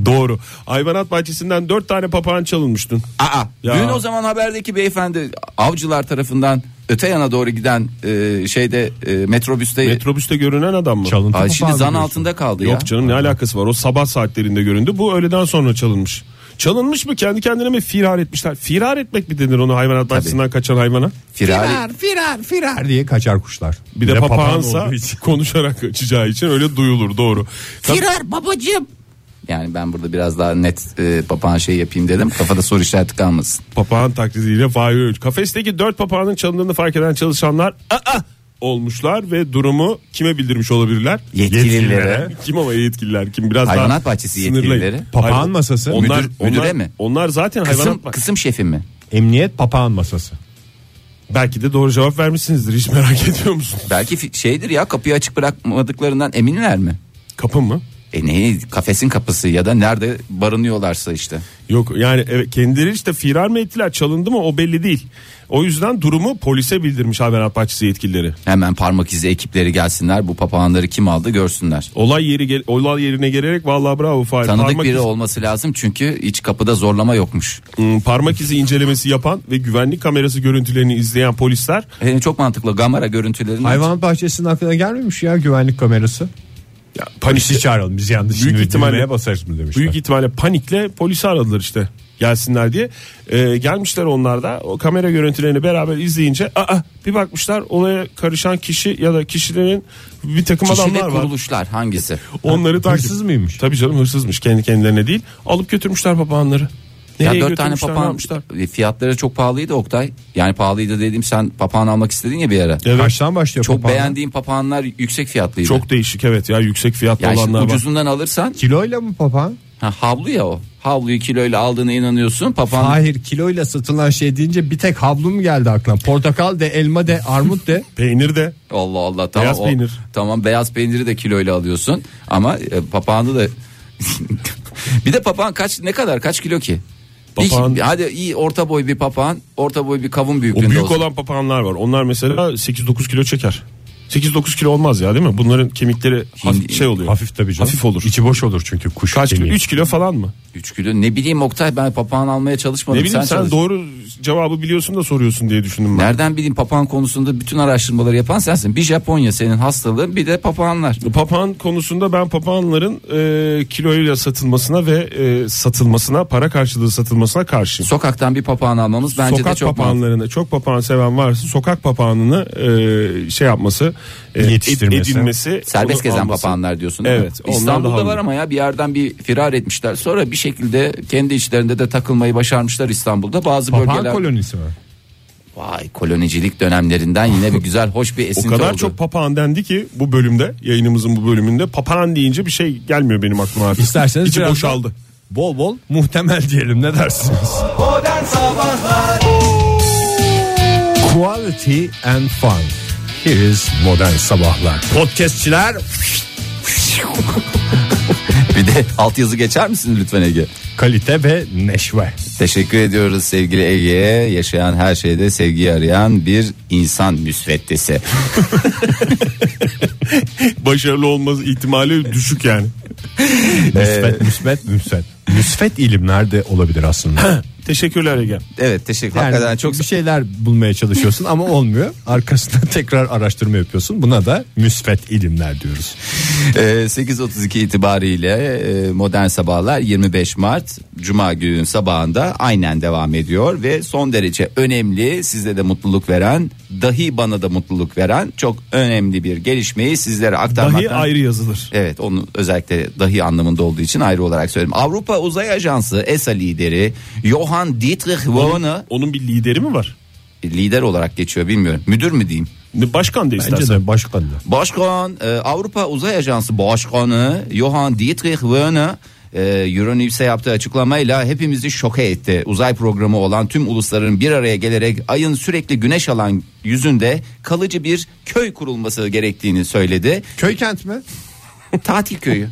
Speaker 4: Doğru. Hayvanat bahçesinden dört tane papağan çalınmış dün.
Speaker 2: Aa,
Speaker 4: Ya.
Speaker 2: dün o zaman haberdeki beyefendi avcılar tarafından öte yana doğru giden e, şeyde e, metrobüste
Speaker 4: Metrobüste görünen adam mı?
Speaker 3: Çalıntı
Speaker 2: Ay,
Speaker 3: papağan
Speaker 2: şimdi zan
Speaker 3: diyorsun.
Speaker 2: altında kaldı ya.
Speaker 4: Yok canım ne alakası var? O sabah saatlerinde göründü. Bu öğleden sonra çalınmış. Çalınmış mı kendi kendine mi firar etmişler? Firar etmek mi denir onu hayvanat bahçesinden kaçan hayvana?
Speaker 2: Firari,
Speaker 3: firar firar diye kaçar kuşlar.
Speaker 4: Bir de
Speaker 3: papağan
Speaker 4: papağansa
Speaker 3: olduğu için.
Speaker 4: konuşarak kaçacağı için öyle duyulur doğru.
Speaker 2: Firar babacığım. Yani ben burada biraz daha net e, papağan şey yapayım dedim. Kafada soru işareti kalmasın.
Speaker 4: Papağan taklidiyle Fahir Öğünç. Kafesteki dört papağanın çalındığını fark eden çalışanlar aa olmuşlar ve durumu kime bildirmiş olabilirler?
Speaker 2: Yetkililere.
Speaker 4: Kim ama yetkililer kim biraz daha
Speaker 2: Hayvanat bahçesi
Speaker 4: sınırlayın.
Speaker 2: yetkilileri.
Speaker 3: Papağan
Speaker 4: Hayvan-
Speaker 3: masası.
Speaker 4: Onlar,
Speaker 2: Müdür- müdüre
Speaker 4: onlar-
Speaker 2: mi?
Speaker 4: Onlar zaten hayvanat
Speaker 2: Kısım,
Speaker 4: bahçesi.
Speaker 2: kısım şefi mi?
Speaker 3: Emniyet papağan masası.
Speaker 4: Belki de doğru cevap vermişsinizdir hiç merak etmiyor musunuz?
Speaker 2: Belki fi- şeydir ya kapıyı açık bırakmadıklarından eminler mi?
Speaker 4: Kapı mı?
Speaker 2: E ne kafesin kapısı ya da nerede barınıyorlarsa işte.
Speaker 4: Yok yani evet, kendileri işte firar mı ettiler çalındı mı o belli değil. O yüzden durumu polise bildirmiş hayvanat bahçesi yetkilileri.
Speaker 2: Hemen parmak izi ekipleri gelsinler bu papağanları kim aldı görsünler.
Speaker 4: Olay yeri gel- olay yerine gelerek vallahi bravo Fahir.
Speaker 2: Tanıdık
Speaker 4: Parmak
Speaker 2: biri
Speaker 4: izi-
Speaker 2: olması lazım çünkü iç kapıda zorlama yokmuş.
Speaker 4: Hmm, parmak izi incelemesi yapan ve güvenlik kamerası görüntülerini izleyen polisler
Speaker 2: E, çok mantıklı kamera görüntülerini
Speaker 3: Hayvanat bahçesinin aklına gelmemiş ya güvenlik kamerası.
Speaker 4: ya, panik
Speaker 3: Sizi çağıralım biz yanlış
Speaker 4: Hani Büyük
Speaker 3: büyük
Speaker 4: ihtimalle-
Speaker 3: ihtimalle basarız mı demişler.
Speaker 4: büyük ihtimalle panikle polisi aradılar işte gelsinler diye. Ee, gelmişler onlar da o kamera görüntülerini beraber izleyince aa bir bakmışlar olaya karışan kişi ya da kişilerin bir takım
Speaker 2: Kişi ve
Speaker 4: adamlar var.
Speaker 2: kuruluşlar hangisi?
Speaker 4: Onları takip.
Speaker 3: Hırsız mıymış?
Speaker 4: Tabii canım hırsızmış kendi kendilerine değil. Alıp götürmüşler papağanları. Nereye
Speaker 2: ya dört tane
Speaker 4: götürmüşler, ne
Speaker 2: papağan
Speaker 4: yapmışlar?
Speaker 2: e, fiyatları çok pahalıydı Oktay. Yani pahalıydı dedim sen papağan almak istedin ya bir ara.
Speaker 4: Evet.
Speaker 3: Kaçtan başlıyor
Speaker 2: Çok
Speaker 3: papağan?
Speaker 2: beğendiğim papağanlar yüksek fiyatlıydı.
Speaker 4: Çok değişik evet ya yüksek fiyatlı
Speaker 2: yani şimdi
Speaker 4: olanlar var.
Speaker 2: ucuzundan alırsan
Speaker 3: Kiloyla mı papağan?
Speaker 2: ha, havlu ya o. Havluyu kiloyla aldığına inanıyorsun. Papağan
Speaker 3: Hayır kiloyla satılan şey deyince bir tek havlum geldi aklına. Portakal de elma de armut de.
Speaker 4: Peynir de
Speaker 2: Allah Allah tamam.
Speaker 4: Beyaz
Speaker 2: o-
Speaker 4: peynir.
Speaker 2: Tamam beyaz peyniri de kiloyla alıyorsun ama e, papağanı da bir de papağan kaç ne kadar kaç kilo ki? Bir- şey,
Speaker 4: Papağan-
Speaker 2: hadi iyi orta boy bir papağan, orta boy bir kavun
Speaker 4: o
Speaker 2: büyüklüğünde
Speaker 4: büyük
Speaker 2: olsun.
Speaker 4: olan papağanlar var. Onlar mesela 8-9 kilo çeker. 8-9 kilo olmaz ya değil mi? Bunların kemikleri hafif şey oluyor.
Speaker 3: Hafif tabii canım.
Speaker 4: Hafif olur.
Speaker 3: İçi boş olur çünkü kuş
Speaker 4: Kaç kilo?
Speaker 3: kemiği.
Speaker 4: 3 kilo falan mı?
Speaker 2: 3 kilo. Ne bileyim Oktay ben papağan almaya çalışmadım.
Speaker 4: Ne bileyim sen,
Speaker 2: çalış.
Speaker 4: doğru cevabı biliyorsun da soruyorsun diye düşündüm ben.
Speaker 2: Nereden bileyim papağan konusunda bütün araştırmaları yapan sensin. Bir Japonya senin hastalığın bir de papağanlar.
Speaker 4: Papağan konusunda ben papağanların e, kiloyla satılmasına ve e, satılmasına para karşılığı satılmasına karşıyım.
Speaker 2: Sokaktan bir papağan almamız bence
Speaker 4: sokak
Speaker 2: de çok mantıklı.
Speaker 4: papağanlarını çok papağan seven varsa sokak papağanını e, şey yapması e,
Speaker 3: Yetiştirmesi.
Speaker 4: edinmesi
Speaker 2: Serbest
Speaker 4: onu
Speaker 2: gezen
Speaker 4: alması.
Speaker 2: papağanlar diyorsun. değil mi?
Speaker 4: Evet, onlar daha
Speaker 2: İstanbul'da var
Speaker 4: iyi.
Speaker 2: ama ya bir yerden bir firar etmişler. Sonra bir şekilde kendi içlerinde de takılmayı başarmışlar İstanbul'da. Bazı
Speaker 3: Papağan
Speaker 2: bölgeler
Speaker 3: kolonisi mi?
Speaker 2: vay kolonicilik dönemlerinden yine bir güzel hoş bir
Speaker 4: O
Speaker 2: esinti
Speaker 4: kadar
Speaker 2: oldu.
Speaker 4: çok papağan dendi ki bu bölümde yayınımızın bu bölümünde papağan deyince bir şey gelmiyor benim aklıma artık.
Speaker 3: İsterseniz
Speaker 4: İçi
Speaker 3: biraz
Speaker 4: boşaldı.
Speaker 3: Bol bol muhtemel diyelim ne dersiniz? Quality and fun. Here is Modern Sabahlar. Podcastçiler
Speaker 2: bir de altyazı geçer misin lütfen Ege?
Speaker 3: kalite ve neşve.
Speaker 2: Teşekkür ediyoruz sevgili Ege'ye. Yaşayan her şeyde sevgi arayan bir insan müsveddesi.
Speaker 4: Başarılı olması ihtimali düşük yani.
Speaker 3: Müsbet, müsbet, müsbet. Müsbet ilimler de olabilir aslında.
Speaker 4: Teşekkürler Ege.
Speaker 2: Evet teşekkür
Speaker 3: Yani
Speaker 2: hakikaten çok
Speaker 3: bir şeyler bulmaya çalışıyorsun ama olmuyor. Arkasında tekrar araştırma yapıyorsun. Buna da müsbet ilimler diyoruz.
Speaker 2: Ee, 8.32 itibariyle e, modern sabahlar 25 Mart Cuma günün sabahında aynen devam ediyor ve son derece önemli size de mutluluk veren dahi bana da mutluluk veren çok önemli bir gelişmeyi sizlere aktarmaktan.
Speaker 4: Dahi ayrı yazılır.
Speaker 2: Evet onun özellikle dahi anlamında olduğu için ayrı olarak söyledim. Avrupa Uzay Ajansı ESA lideri Johan Dietrich Warner
Speaker 4: Onun bir lideri mi var?
Speaker 2: lider olarak geçiyor bilmiyorum. Müdür mü diyeyim?
Speaker 4: Başkan da istersen.
Speaker 3: Bence de başkan da.
Speaker 2: Başkan e, Avrupa Uzay Ajansı Başkanı Johann Dietrich Werner e, Euronews'e yaptığı açıklamayla hepimizi şoke etti. Uzay programı olan tüm ulusların bir araya gelerek ayın sürekli güneş alan yüzünde kalıcı bir köy kurulması gerektiğini söyledi.
Speaker 3: Köy kent mi?
Speaker 2: Tatil köyü.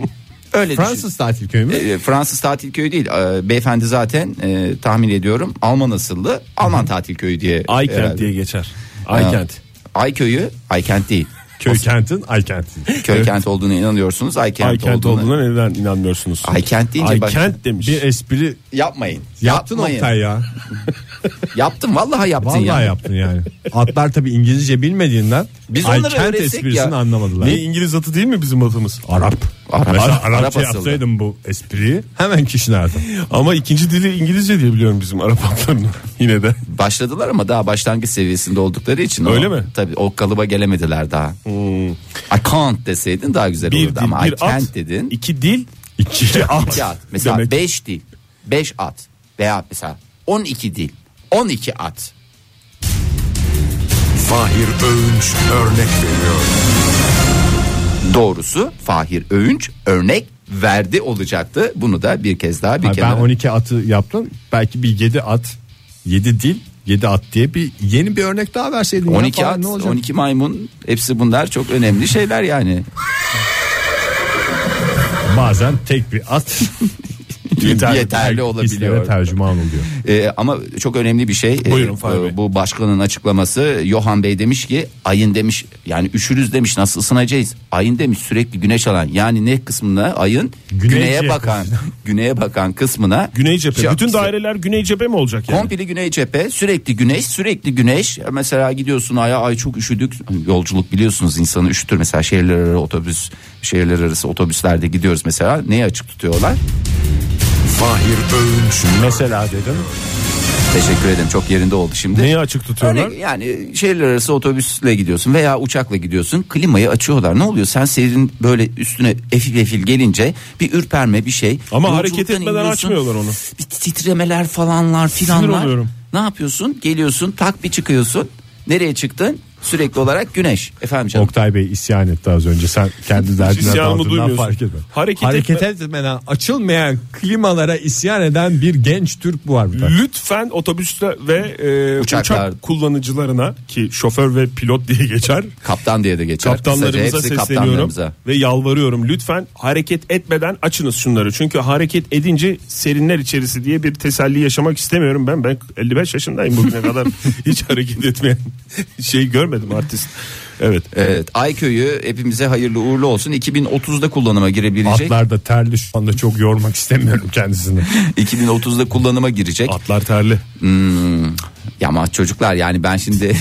Speaker 2: Öyle düşün.
Speaker 3: Fransız tatil köyü mü?
Speaker 2: E, Fransız tatil köyü değil. E, Beyefendi zaten e, tahmin ediyorum Alman asıllı. Alman tatil köyü diye.
Speaker 4: Aykent
Speaker 2: herhalde.
Speaker 4: diye geçer.
Speaker 2: Ha.
Speaker 4: Aykent.
Speaker 2: Ay köyü, Aykent değil.
Speaker 3: Köy kentin ay kenti.
Speaker 2: Köy kent olduğuna inanıyorsunuz. Aykent,
Speaker 4: Aykent
Speaker 2: olduğuna.
Speaker 4: olduğuna neden inanmıyorsunuz?
Speaker 2: Aykent deyince bak-
Speaker 4: Aykent demiş.
Speaker 3: Bir espri
Speaker 2: Yapmayın.
Speaker 3: yaptın
Speaker 2: Yapmayın.
Speaker 3: Oktay ya.
Speaker 2: Yaptım vallahi yaptın
Speaker 3: Vallahi
Speaker 2: ya.
Speaker 3: yaptın yani. Atlar tabii İngilizce bilmediğinden
Speaker 2: Biz
Speaker 3: ay
Speaker 2: onları
Speaker 3: kent
Speaker 2: öğretsek
Speaker 3: esprisini
Speaker 2: ya.
Speaker 3: anlamadılar.
Speaker 4: Ne İngiliz atı değil mi bizim atımız?
Speaker 3: Arap.
Speaker 2: Arap.
Speaker 3: Mesela
Speaker 2: Arap- Arap
Speaker 3: Arapça
Speaker 2: asıldı.
Speaker 3: yapsaydım bu espriyi hemen kişine atardım.
Speaker 4: Ama ikinci dili İngilizce diye biliyorum bizim Arap atlarını. Yine de.
Speaker 2: Başladılar ama daha başlangıç seviyesinde oldukları için. o-
Speaker 4: Öyle mi?
Speaker 2: Tabii o kalıba gelemediler daha.
Speaker 3: Hmm.
Speaker 2: I can't deseydin daha güzel
Speaker 4: Bir
Speaker 2: olurdu
Speaker 4: dil,
Speaker 2: ama I
Speaker 4: bir
Speaker 2: can't
Speaker 4: at,
Speaker 2: dedin.
Speaker 4: iki dil, iki at.
Speaker 2: İki at. Mesela
Speaker 4: Demek.
Speaker 2: 5 dil. 5 at. Veya mesela 12 dil. 12 at.
Speaker 5: Fahir Öğünç örnek veriyor.
Speaker 2: Doğrusu Fahir Öğünç örnek verdi olacaktı. Bunu da bir kez daha bir
Speaker 3: Ay, ben
Speaker 2: kenara.
Speaker 3: 12 atı yaptım. Belki bir 7 at, 7 dil, 7 at diye bir yeni bir örnek daha verseydin. ya
Speaker 2: 12
Speaker 3: falan,
Speaker 2: at,
Speaker 3: ne olacak?
Speaker 2: 12 maymun hepsi bunlar çok önemli şeyler yani.
Speaker 3: Bazen tek bir at yeterli,
Speaker 2: Yeterli olabiliyor.
Speaker 3: İstene tercüman oluyor.
Speaker 2: Ee, ama çok önemli bir şey. Ee,
Speaker 4: Buyurun Fahri
Speaker 2: e,
Speaker 4: Bey.
Speaker 2: Bu başkanın açıklaması. Yohan Bey demiş ki ayın demiş yani üşürüz demiş nasıl ısınacağız? Ayın demiş sürekli güneş alan yani ne kısmına ayın
Speaker 3: Güney
Speaker 2: güneye
Speaker 3: cephesi.
Speaker 2: bakan güneye bakan kısmına
Speaker 4: Güney cephe.
Speaker 2: Şey-
Speaker 4: Bütün daireler güney cephe mi olacak yani?
Speaker 2: Komple güney cephe sürekli güneş sürekli güneş mesela gidiyorsun aya ay çok üşüdük Hani yolculuk biliyorsunuz insanı üşütür mesela şehirler arası otobüs şehirler arası otobüslerde gidiyoruz mesela neye açık tutuyorlar
Speaker 5: Fahir Öğünç
Speaker 3: Mesela dedim.
Speaker 2: teşekkür ederim çok yerinde oldu şimdi
Speaker 4: Neyi açık tutuyorlar?
Speaker 2: Öyle yani şehirler arası otobüsle gidiyorsun veya uçakla gidiyorsun klimayı açıyorlar ne oluyor sen serin böyle üstüne efil efil gelince bir ürperme bir şey
Speaker 4: Ama hareket
Speaker 2: Yolculuktan
Speaker 4: etmeden
Speaker 2: iniyorsun,
Speaker 4: açmıyorlar onu.
Speaker 2: bir titremeler falanlar filanlar
Speaker 4: oluyorum.
Speaker 2: ne yapıyorsun geliyorsun tak bir çıkıyorsun nereye çıktın sürekli olarak güneş efendim canım
Speaker 3: Oktay Bey isyan etti az önce. Sen kendi derdine
Speaker 4: İsyanımı
Speaker 3: daldığından
Speaker 4: duymuyorsun.
Speaker 3: fark etme.
Speaker 4: Hareket
Speaker 3: etmeden açılmayan klimalara isyan eden bir genç Türk bu var bir tane.
Speaker 4: Lütfen otobüste ve e,
Speaker 2: Uçaklar.
Speaker 4: uçak kullanıcılarına ki şoför ve pilot diye geçer
Speaker 2: kaptan diye de geçer Kısaca
Speaker 4: kaptanlarımıza
Speaker 2: hepsi
Speaker 4: sesleniyorum
Speaker 2: kaptanlarımıza.
Speaker 4: ve yalvarıyorum lütfen hareket etmeden açınız şunları. Çünkü hareket edince serinler içerisi diye bir teselli yaşamak istemiyorum ben. Ben 55 yaşındayım bugüne kadar hiç hareket etmeyen şey görmedim artist. Evet.
Speaker 2: Evet, Ayköy'ü hepimize hayırlı uğurlu olsun. 2030'da kullanıma girebilecek.
Speaker 3: Atlar da terli şu anda çok yormak istemiyorum kendisini.
Speaker 2: 2030'da kullanıma girecek.
Speaker 4: Atlar terli.
Speaker 2: Ya ama çocuklar yani ben şimdi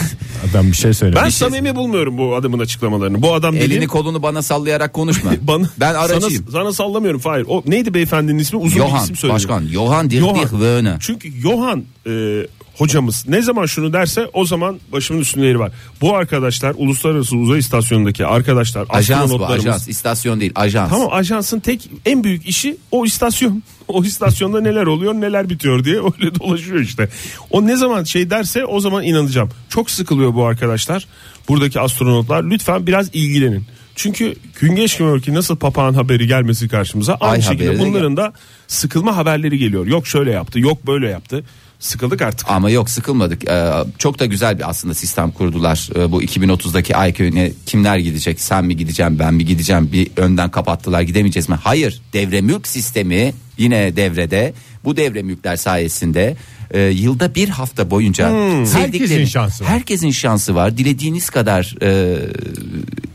Speaker 3: Ben bir şey söyleyeyim.
Speaker 4: Ben samimi bulmuyorum bu adamın açıklamalarını. Bu adam dediği-
Speaker 2: Elini kolunu bana sallayarak konuşma.
Speaker 4: bana,
Speaker 2: ben
Speaker 4: Sana,
Speaker 2: aracıyım.
Speaker 4: sana sallamıyorum Fahir. O neydi beyefendinin ismi? Uzun bir
Speaker 2: Johan
Speaker 4: isim söyledi.
Speaker 2: başkan. Johan Dirdik Vöne.
Speaker 4: Johan. Çünkü Johan e, hocamız ne zaman şunu derse o zaman başımın üstünde yeri var. Bu arkadaşlar uluslararası uzay istasyonundaki arkadaşlar
Speaker 2: Ajans bu
Speaker 4: astronotlarımız-
Speaker 2: ajans. istasyon değil ajans.
Speaker 4: Tamam ajansın tek en büyük işi o istasyon. O istasyonda neler oluyor neler bitiyor diye öyle dolaşıyor işte. O ne zaman şey derse o zaman inanacağım. Çok sıkılıyor bu arkadaşlar. Buradaki astronotlar lütfen biraz ilgilenin. Çünkü gün geçmiyor ki nasıl papağan haberi gelmesi karşımıza. Aynı
Speaker 2: Ay
Speaker 4: şekilde
Speaker 2: haberi de
Speaker 4: bunların da sıkılma haberleri geliyor. Yok şöyle yaptı yok böyle yaptı. Sıkıldık artık.
Speaker 2: Ama yok sıkılmadık. Ee, çok da güzel bir aslında sistem kurdular. Ee, bu 2030'daki ay köyüne kimler gidecek? Sen mi gideceğim ben mi gideceğim? Bir önden kapattılar gidemeyeceğiz mi? Hayır devre mülk sistemi yine devrede. Bu devre mülkler sayesinde e, yılda bir hafta boyunca sevdikleri-
Speaker 3: Hmm, Herkesin şansı var.
Speaker 2: Herkesin şansı var. Dilediğiniz kadar e,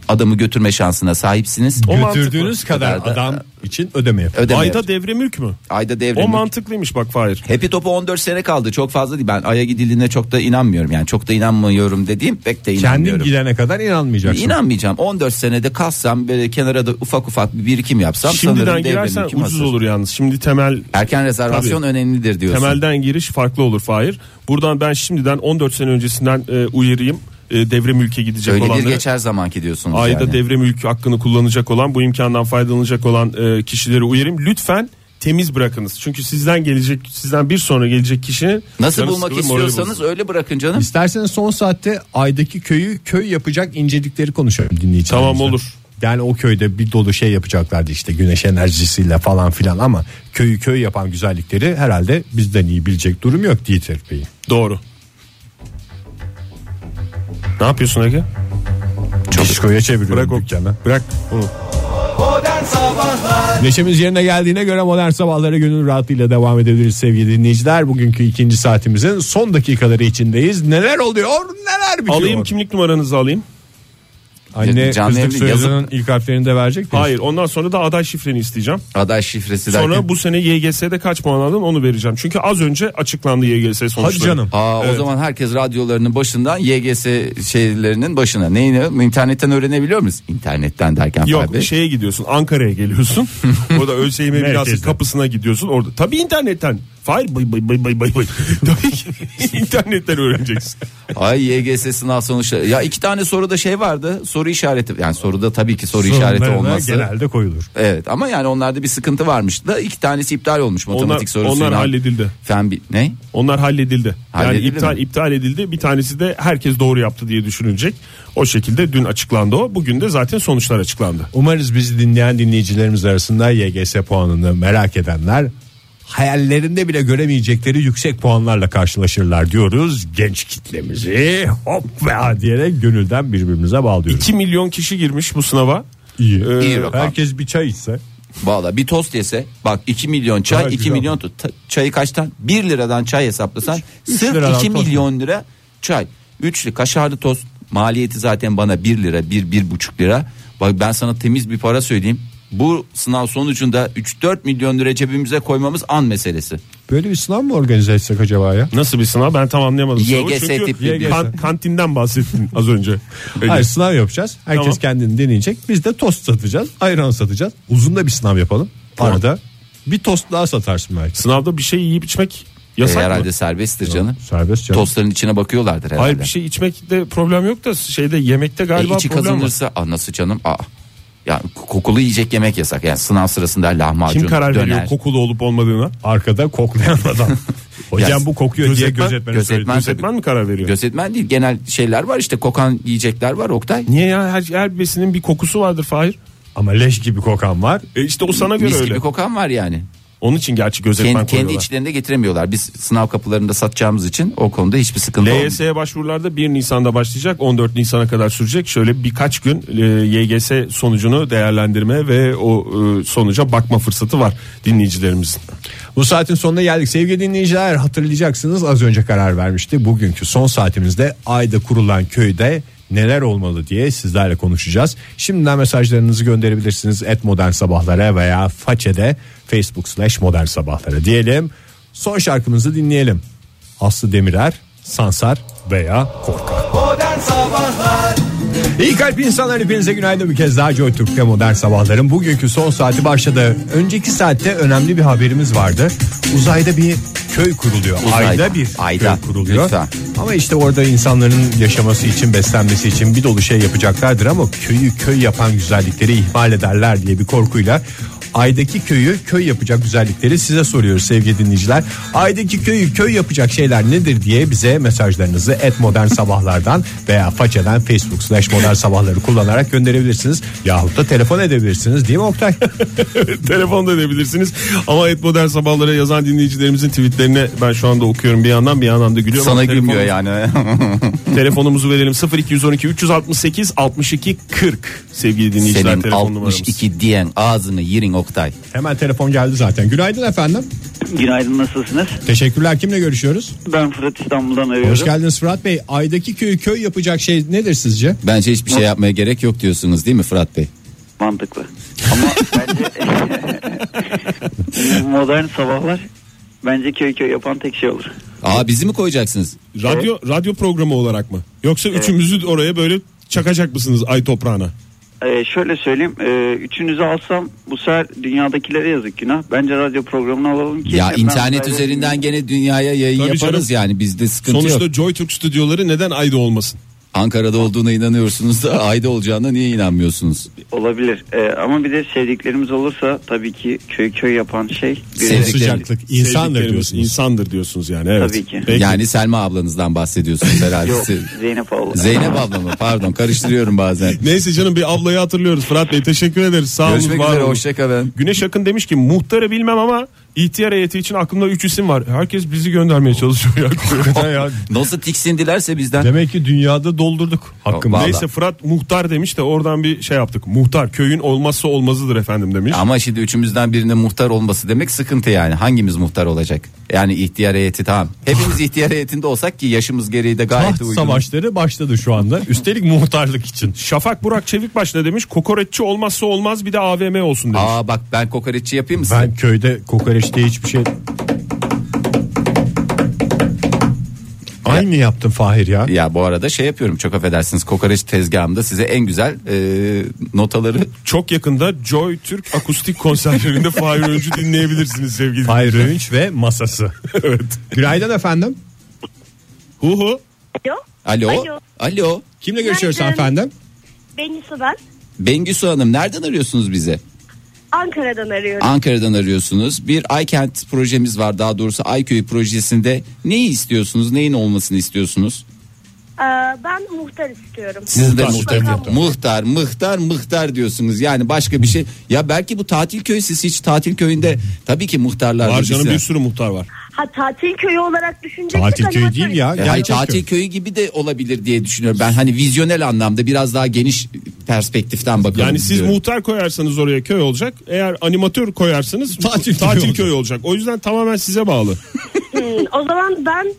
Speaker 2: adamı götürme şansına sahipsiniz.
Speaker 4: O mantıklı.
Speaker 3: Götürdüğünüz kadar
Speaker 2: Kadar da-
Speaker 3: adam için ödeme yapın.
Speaker 2: Ödeme
Speaker 4: Ayda devre mülk mü?
Speaker 2: Ayda devre
Speaker 4: O
Speaker 2: mülk.
Speaker 4: mantıklıymış bak Fahir.
Speaker 2: Hepi topu 14 sene kaldı. Çok fazla değil. Ben Ay'a gidildiğine çok da inanmıyorum. Yani çok da inanmıyorum dediğim pek de
Speaker 3: Kendin
Speaker 2: inanmıyorum.
Speaker 3: gidene kadar inanmayacaksın.
Speaker 2: İnanmayacağım. 14 senede kalsam böyle kenara da ufak ufak bir birikim yapsam
Speaker 4: Şimdiden
Speaker 2: sanırım devre
Speaker 4: girersen
Speaker 2: mülküm
Speaker 4: ucuz
Speaker 2: hazır.
Speaker 4: olur yalnız. Şimdi temel
Speaker 2: Erken rezervasyon
Speaker 4: Tabii.
Speaker 2: önemlidir diyorsun.
Speaker 4: Temelden giriş farklı olur Fahir. Buradan ben şimdiden 14 sene öncesinden e, uyarayım. E, devre mülke gidecek
Speaker 2: Öyle bir
Speaker 4: olanları.
Speaker 2: geçer zamanki diyorsunuz
Speaker 4: Ayda
Speaker 2: yani.
Speaker 4: devre mülkü hakkını kullanacak olan bu imkandan faydalanacak olan e, kişileri uyarayım. Lütfen temiz bırakınız. Çünkü sizden gelecek sizden bir sonra gelecek kişinin
Speaker 2: Nasıl
Speaker 4: canı
Speaker 2: bulmak
Speaker 4: sıkılır, morali
Speaker 2: istiyorsanız
Speaker 4: bozulur.
Speaker 2: öyle bırakın canım.
Speaker 3: İsterseniz son saatte aydaki köyü köy yapacak incelikleri konuşalım dinleyicilerimizle.
Speaker 4: Tamam, olur.
Speaker 3: Yani o köyde bir dolu şey yapacaklardı işte güneş enerjisiyle falan filan ama köyü köy yapan güzellikleri herhalde bizden iyi bilecek durum yok Dieter Bey'in.
Speaker 4: doğru. Ne yapıyorsun Ege?
Speaker 3: Diskoya çeviriyorum
Speaker 4: Bırak o-
Speaker 3: dükkanı.
Speaker 4: Bırak onu.
Speaker 3: Neşemiz yerine geldiğine göre modern sabahlara gönül rahatlığıyla devam edebiliriz sevgili dinleyiciler. Bugünkü ikinci saatimizin son dakikaları içindeyiz. Neler oluyor neler bitiyor.
Speaker 4: Alayım kimlik numaranızı alayım.
Speaker 3: Anne
Speaker 2: Canlı
Speaker 3: kızlık
Speaker 2: evli
Speaker 3: soyadının ilk harflerini de verecek mi?
Speaker 4: Hayır ondan sonra da aday şifreni isteyeceğim.
Speaker 2: Aday şifresi derken.
Speaker 4: Sonra bu sene YGS'de kaç puan aldın onu vereceğim. Çünkü az önce açıklandı YGS sonuçları.
Speaker 3: Hadi canım.
Speaker 2: Aa, O zaman herkes radyolarının başından YGS şeylerinin başına. Neyini internetten öğrenebiliyor muyuz? İnternetten derken
Speaker 4: Yok şey-
Speaker 2: Fahir Bey.
Speaker 4: şeye gidiyorsun Ankara'ya geliyorsun. Orada ÖSYM binası
Speaker 3: Merkezden.
Speaker 4: kapısına gidiyorsun. Orada tabii internetten. Hayır bay bay bay bay bay bay. Tabii ki internetten öğreneceksin.
Speaker 2: Ay YGS sınav sonuçları. Ya iki tane soruda şey vardı. Soru işareti. Yani soruda tabii ki soru işareti
Speaker 3: Sorunlarına
Speaker 2: olması.
Speaker 3: genelde koyulur.
Speaker 2: Evet ama yani onlarda bir sıkıntı varmış da iki tanesi iptal olmuş matematik
Speaker 4: Onlar-
Speaker 2: sorusuyla.
Speaker 4: onlar halledildi.
Speaker 2: Fen bi- ne?
Speaker 4: Onlar halledildi.
Speaker 2: Halledildi
Speaker 4: yani iptal
Speaker 2: mi?
Speaker 4: iptal edildi. Bir tanesi de herkes doğru yaptı diye düşünülecek. O şekilde dün açıklandı o. Bugün de zaten sonuçlar açıklandı.
Speaker 3: Umarız bizi dinleyen dinleyicilerimiz arasında YGS puanını merak edenler hayallerinde bile göremeyecekleri yüksek puanlarla karşılaşırlar diyoruz. Genç kitlemizi hop ve ha diyerek gönülden birbirimize bağlıyoruz.
Speaker 4: 2 milyon kişi girmiş bu sınava.
Speaker 3: İyi.
Speaker 4: Ee,
Speaker 2: İyi rakam.
Speaker 3: Herkes bir çay içse.
Speaker 2: Valla bir tost yese bak 2 milyon
Speaker 3: Daha
Speaker 2: çay 2
Speaker 3: güzel
Speaker 2: milyon tu- ta- çayı kaçtan 1 liradan çay hesaplasan
Speaker 3: üç
Speaker 2: sırf
Speaker 3: liradan
Speaker 2: 2
Speaker 3: tost
Speaker 2: milyon lira çay. Üçlü kaşarlı tost maliyeti zaten bana 1 lira 1 bir, buçuk lira. Bak ben sana temiz bir para söyleyeyim. Bu sınav sonucunda 3-4 milyon lira cebimize koymamız an meselesi.
Speaker 3: Böyle bir sınav mı organize etsek acaba ya?
Speaker 4: Nasıl bir sınav ben tam anlayamadım. sınavı.
Speaker 2: YGS
Speaker 4: Çünkü
Speaker 2: tipli
Speaker 3: bir-
Speaker 4: kan- kantinden bahsettin az önce.
Speaker 3: Hayır sınav yapacağız. Herkes
Speaker 4: Tamam.
Speaker 3: kendini deneyecek. Biz de tost satacağız. Ayran satacağız. Uzun da bir sınav yapalım. Arada bir tost daha satarsın belki.
Speaker 4: Sınavda bir şey yiyip içmek
Speaker 2: E,
Speaker 4: yasak mı?
Speaker 2: herhalde serbesttir canım.
Speaker 3: Serbest canım.
Speaker 2: Tostların içine bakıyorlardır herhalde.
Speaker 4: Hayır bir şey içmekte problem yok da şeyde yemekte
Speaker 2: E,
Speaker 4: galiba
Speaker 2: içi
Speaker 4: problem var.
Speaker 2: kazanırsa Aa, nasıl canım? Aa. Yani kokulu yiyecek yemek yasak. Yani sınav sırasında lahmacun
Speaker 4: Kim karar
Speaker 2: döner.
Speaker 4: veriyor kokulu olup olmadığına?
Speaker 3: Arkada koklayan adam. Hocam
Speaker 2: Ya,
Speaker 3: bu kokuyor diye
Speaker 4: gözetmen-
Speaker 3: gözetmeni
Speaker 2: gözetmen-
Speaker 3: söyledi.
Speaker 2: Ben
Speaker 4: Gözetmen
Speaker 2: tabii-
Speaker 4: mi karar veriyor?
Speaker 2: Gözetmen değil genel şeyler var işte kokan yiyecekler var Oktay.
Speaker 4: Niye ya her, her besinin bir kokusu vardır Fahir.
Speaker 3: Ama leş gibi kokan var.
Speaker 4: E işte o sana göre
Speaker 2: Mis
Speaker 4: öyle.
Speaker 2: gibi kokan var yani.
Speaker 4: Onun için gerçi gözetmen
Speaker 2: Kendi, kendi
Speaker 4: koyuyorlar.
Speaker 2: içlerinde getiremiyorlar. Biz sınav kapılarında satacağımız için o konuda hiçbir sıkıntı olmuyor.
Speaker 4: LYS'ye başvurularda 1 Nisan'da başlayacak 14 Nisan'a kadar sürecek. Şöyle birkaç gün e, YGS sonucunu değerlendirme ve o e, sonuca bakma fırsatı var dinleyicilerimizin.
Speaker 3: Bu saatin sonuna geldik. Sevgili dinleyiciler hatırlayacaksınız az önce karar vermişti. Bugünkü son saatimizde ayda kurulan köyde neler olmalı diye sizlerle konuşacağız. Şimdiden mesajlarınızı gönderebilirsiniz. Et modern sabahlara veya façede facebook slash modern sabahlara diyelim. Son şarkımızı dinleyelim. Aslı Demirer, Sansar veya Korkak. İyi kalp insanlar hepinize günaydın bir kez daha Joy Türk'te modern sabahların bugünkü son saati başladı. Önceki saatte önemli bir haberimiz vardı. Uzayda bir köy kuruluyor.
Speaker 2: Uzayda.
Speaker 3: Ayda bir
Speaker 2: Ayda.
Speaker 3: köy kuruluyor.
Speaker 2: Lütfen.
Speaker 3: Ama işte orada insanların yaşaması için beslenmesi için bir dolu şey yapacaklardır ama köyü köy yapan güzellikleri ihmal ederler diye bir korkuyla Aydaki köyü köy yapacak güzellikleri size soruyoruz sevgili dinleyiciler. Aydaki köyü köy yapacak şeyler nedir diye bize mesajlarınızı et modern sabahlardan veya façeden facebook slash modern sabahları kullanarak gönderebilirsiniz. Yahut da telefon edebilirsiniz değil mi Oktay?
Speaker 4: Telefon da edebilirsiniz. Ama et modern sabahlara yazan dinleyicilerimizin tweetlerini ben şu anda okuyorum bir yandan bir yandan da gülüyorum.
Speaker 2: Sana
Speaker 4: Ama
Speaker 2: gülmüyor
Speaker 4: telefonumuz-
Speaker 2: yani.
Speaker 4: Telefonumuzu verelim 0212 368 62 40 sevgili dinleyiciler
Speaker 2: Senin
Speaker 4: telefon numaramız.
Speaker 2: 62 diyen ağzını yirin Oktay.
Speaker 3: Hemen telefon geldi zaten. Günaydın efendim.
Speaker 6: Günaydın nasılsınız?
Speaker 3: Teşekkürler. Kimle görüşüyoruz?
Speaker 6: Ben Fırat İstanbul'dan
Speaker 3: Hoş
Speaker 6: arıyorum.
Speaker 3: geldiniz Fırat Bey. Aydaki köyü köy yapacak şey nedir sizce?
Speaker 2: Bence hiçbir şey yapmaya gerek yok diyorsunuz değil mi Fırat Bey?
Speaker 6: Mantıklı. Ama bence modern sabahlar bence köy köy yapan tek şey olur.
Speaker 2: Aa bizi mi koyacaksınız?
Speaker 4: Radyo radyo programı olarak mı? Yoksa üçümüzü oraya böyle çakacak mısınız ay toprağına?
Speaker 6: Ee, şöyle söyleyeyim e, üçünüzü alsam bu sefer dünyadakilere yazık günah. Bence radyo programını alalım ki.
Speaker 2: Ya
Speaker 6: Ben-
Speaker 2: internet
Speaker 6: ben-
Speaker 2: üzerinden gene dünyaya yayın
Speaker 4: Tabii
Speaker 2: yaparız yani bizde sıkıntı
Speaker 4: Sonuçta
Speaker 2: yok.
Speaker 4: JoyTürk stüdyoları neden ayda olmasın?
Speaker 2: Ankara'da olduğuna inanıyorsunuz da ayda olacağına niye inanmıyorsunuz?
Speaker 6: Olabilir. Ee, ama bir de sevdiklerimiz olursa tabii ki köy köy yapan şey. bir-
Speaker 2: Sevdik-
Speaker 3: Sıcaklık insandır
Speaker 4: Sevdiklerimiz
Speaker 3: diyorsunuz.
Speaker 4: İnsandır diyorsunuz yani evet.
Speaker 6: Tabii ki.
Speaker 4: Peki.
Speaker 2: Yani Selma ablanızdan bahsediyorsunuz herhalde.
Speaker 6: Yok
Speaker 2: Siz-
Speaker 6: Zeynep abla.
Speaker 2: Zeynep abla mı? Pardon karıştırıyorum bazen.
Speaker 4: Neyse canım bir ablayı hatırlıyoruz. Fırat Bey teşekkür ederiz. Sağ olun.
Speaker 2: Görüşmek
Speaker 4: var
Speaker 2: üzere
Speaker 4: olun.
Speaker 2: hoşçakalın.
Speaker 4: Güneş Akın demiş ki muhtarı bilmem ama ihtiyar heyeti için aklımda 3 isim var. Herkes bizi göndermeye çalışıyor ya. Hakikaten ya.
Speaker 2: Nasıl tiksindilerse bizden.
Speaker 3: Demek ki dünyada doldurduk hakkım.
Speaker 2: Vallahi.
Speaker 4: Neyse Fırat muhtar demiş de oradan bir şey yaptık. Muhtar köyün olmazsa olmazıdır efendim demiş.
Speaker 2: Ama şimdi üçümüzden birinin muhtar olması demek sıkıntı yani. Hangimiz muhtar olacak? Yani ihtiyar heyeti tamam. Hepimiz ihtiyar heyetinde olsak ki yaşımız gereği de gayet
Speaker 3: Taht
Speaker 2: uygun.
Speaker 3: savaşları başladı şu anda. Üstelik muhtarlık için.
Speaker 4: Şafak Burak Çevikbaş ne demiş? Kokoreççi olmazsa olmaz bir de AVM olsun demiş.
Speaker 2: Aa bak ben kokoreççi yapayım mı size?
Speaker 3: Ben köyde kokoreç diye hiçbir şey... Aynı yaptın Fahir ya.
Speaker 2: Ya bu arada şey yapıyorum çok affedersiniz kokoreç tezgahımda size en güzel e, notaları
Speaker 4: Çok yakında Joy Türk akustik konserlerinde Fahir Öncü dinleyebilirsiniz sevgili.
Speaker 3: Fahir Öğünç ve masası.
Speaker 4: Evet.
Speaker 3: Günaydın efendim.
Speaker 4: Hu hu.
Speaker 7: Alo.
Speaker 2: Alo. Alo.
Speaker 7: Alo.
Speaker 3: Kimle görüşüyoruz
Speaker 7: Günaydın.
Speaker 3: efendim?
Speaker 7: Bengisu ben.
Speaker 2: Bengisu Hanım nereden arıyorsunuz bize?
Speaker 7: Ankara'dan arıyorum.
Speaker 2: Ankara'dan arıyorsunuz. Bir Aykent projemiz var daha doğrusu Ayköy projesinde. Neyi istiyorsunuz? Neyin olmasını istiyorsunuz?
Speaker 7: Ee, ben muhtar istiyorum.
Speaker 2: Siz de
Speaker 3: Muhtar,
Speaker 2: muhtar,
Speaker 3: muhtar.
Speaker 2: muhtar, muhtar, muhtar, diyorsunuz. Yani başka bir şey. Ya belki bu tatil köyü siz hiç tatil köyünde tabii ki muhtarlar
Speaker 4: Var
Speaker 2: da
Speaker 4: canım
Speaker 2: bizler.
Speaker 4: bir sürü muhtar var.
Speaker 7: Ha tatil köyü olarak düşüneceksek
Speaker 3: Tatil köyü
Speaker 7: animatör
Speaker 3: değil ya.
Speaker 2: E, hayır,
Speaker 3: gerçek
Speaker 2: tatil
Speaker 3: köy.
Speaker 2: köyü. gibi de olabilir diye düşünüyorum. Ben hani vizyonel anlamda biraz daha geniş perspektiften bakalım.
Speaker 4: Yani siz
Speaker 2: diyorum.
Speaker 4: muhtar koyarsanız oraya köy olacak. Eğer animatör koyarsanız
Speaker 3: Tatil
Speaker 4: tatil,
Speaker 3: köyü olacak.
Speaker 4: köy olacak. O yüzden tamamen size bağlı.
Speaker 7: istiyorum. O zaman ben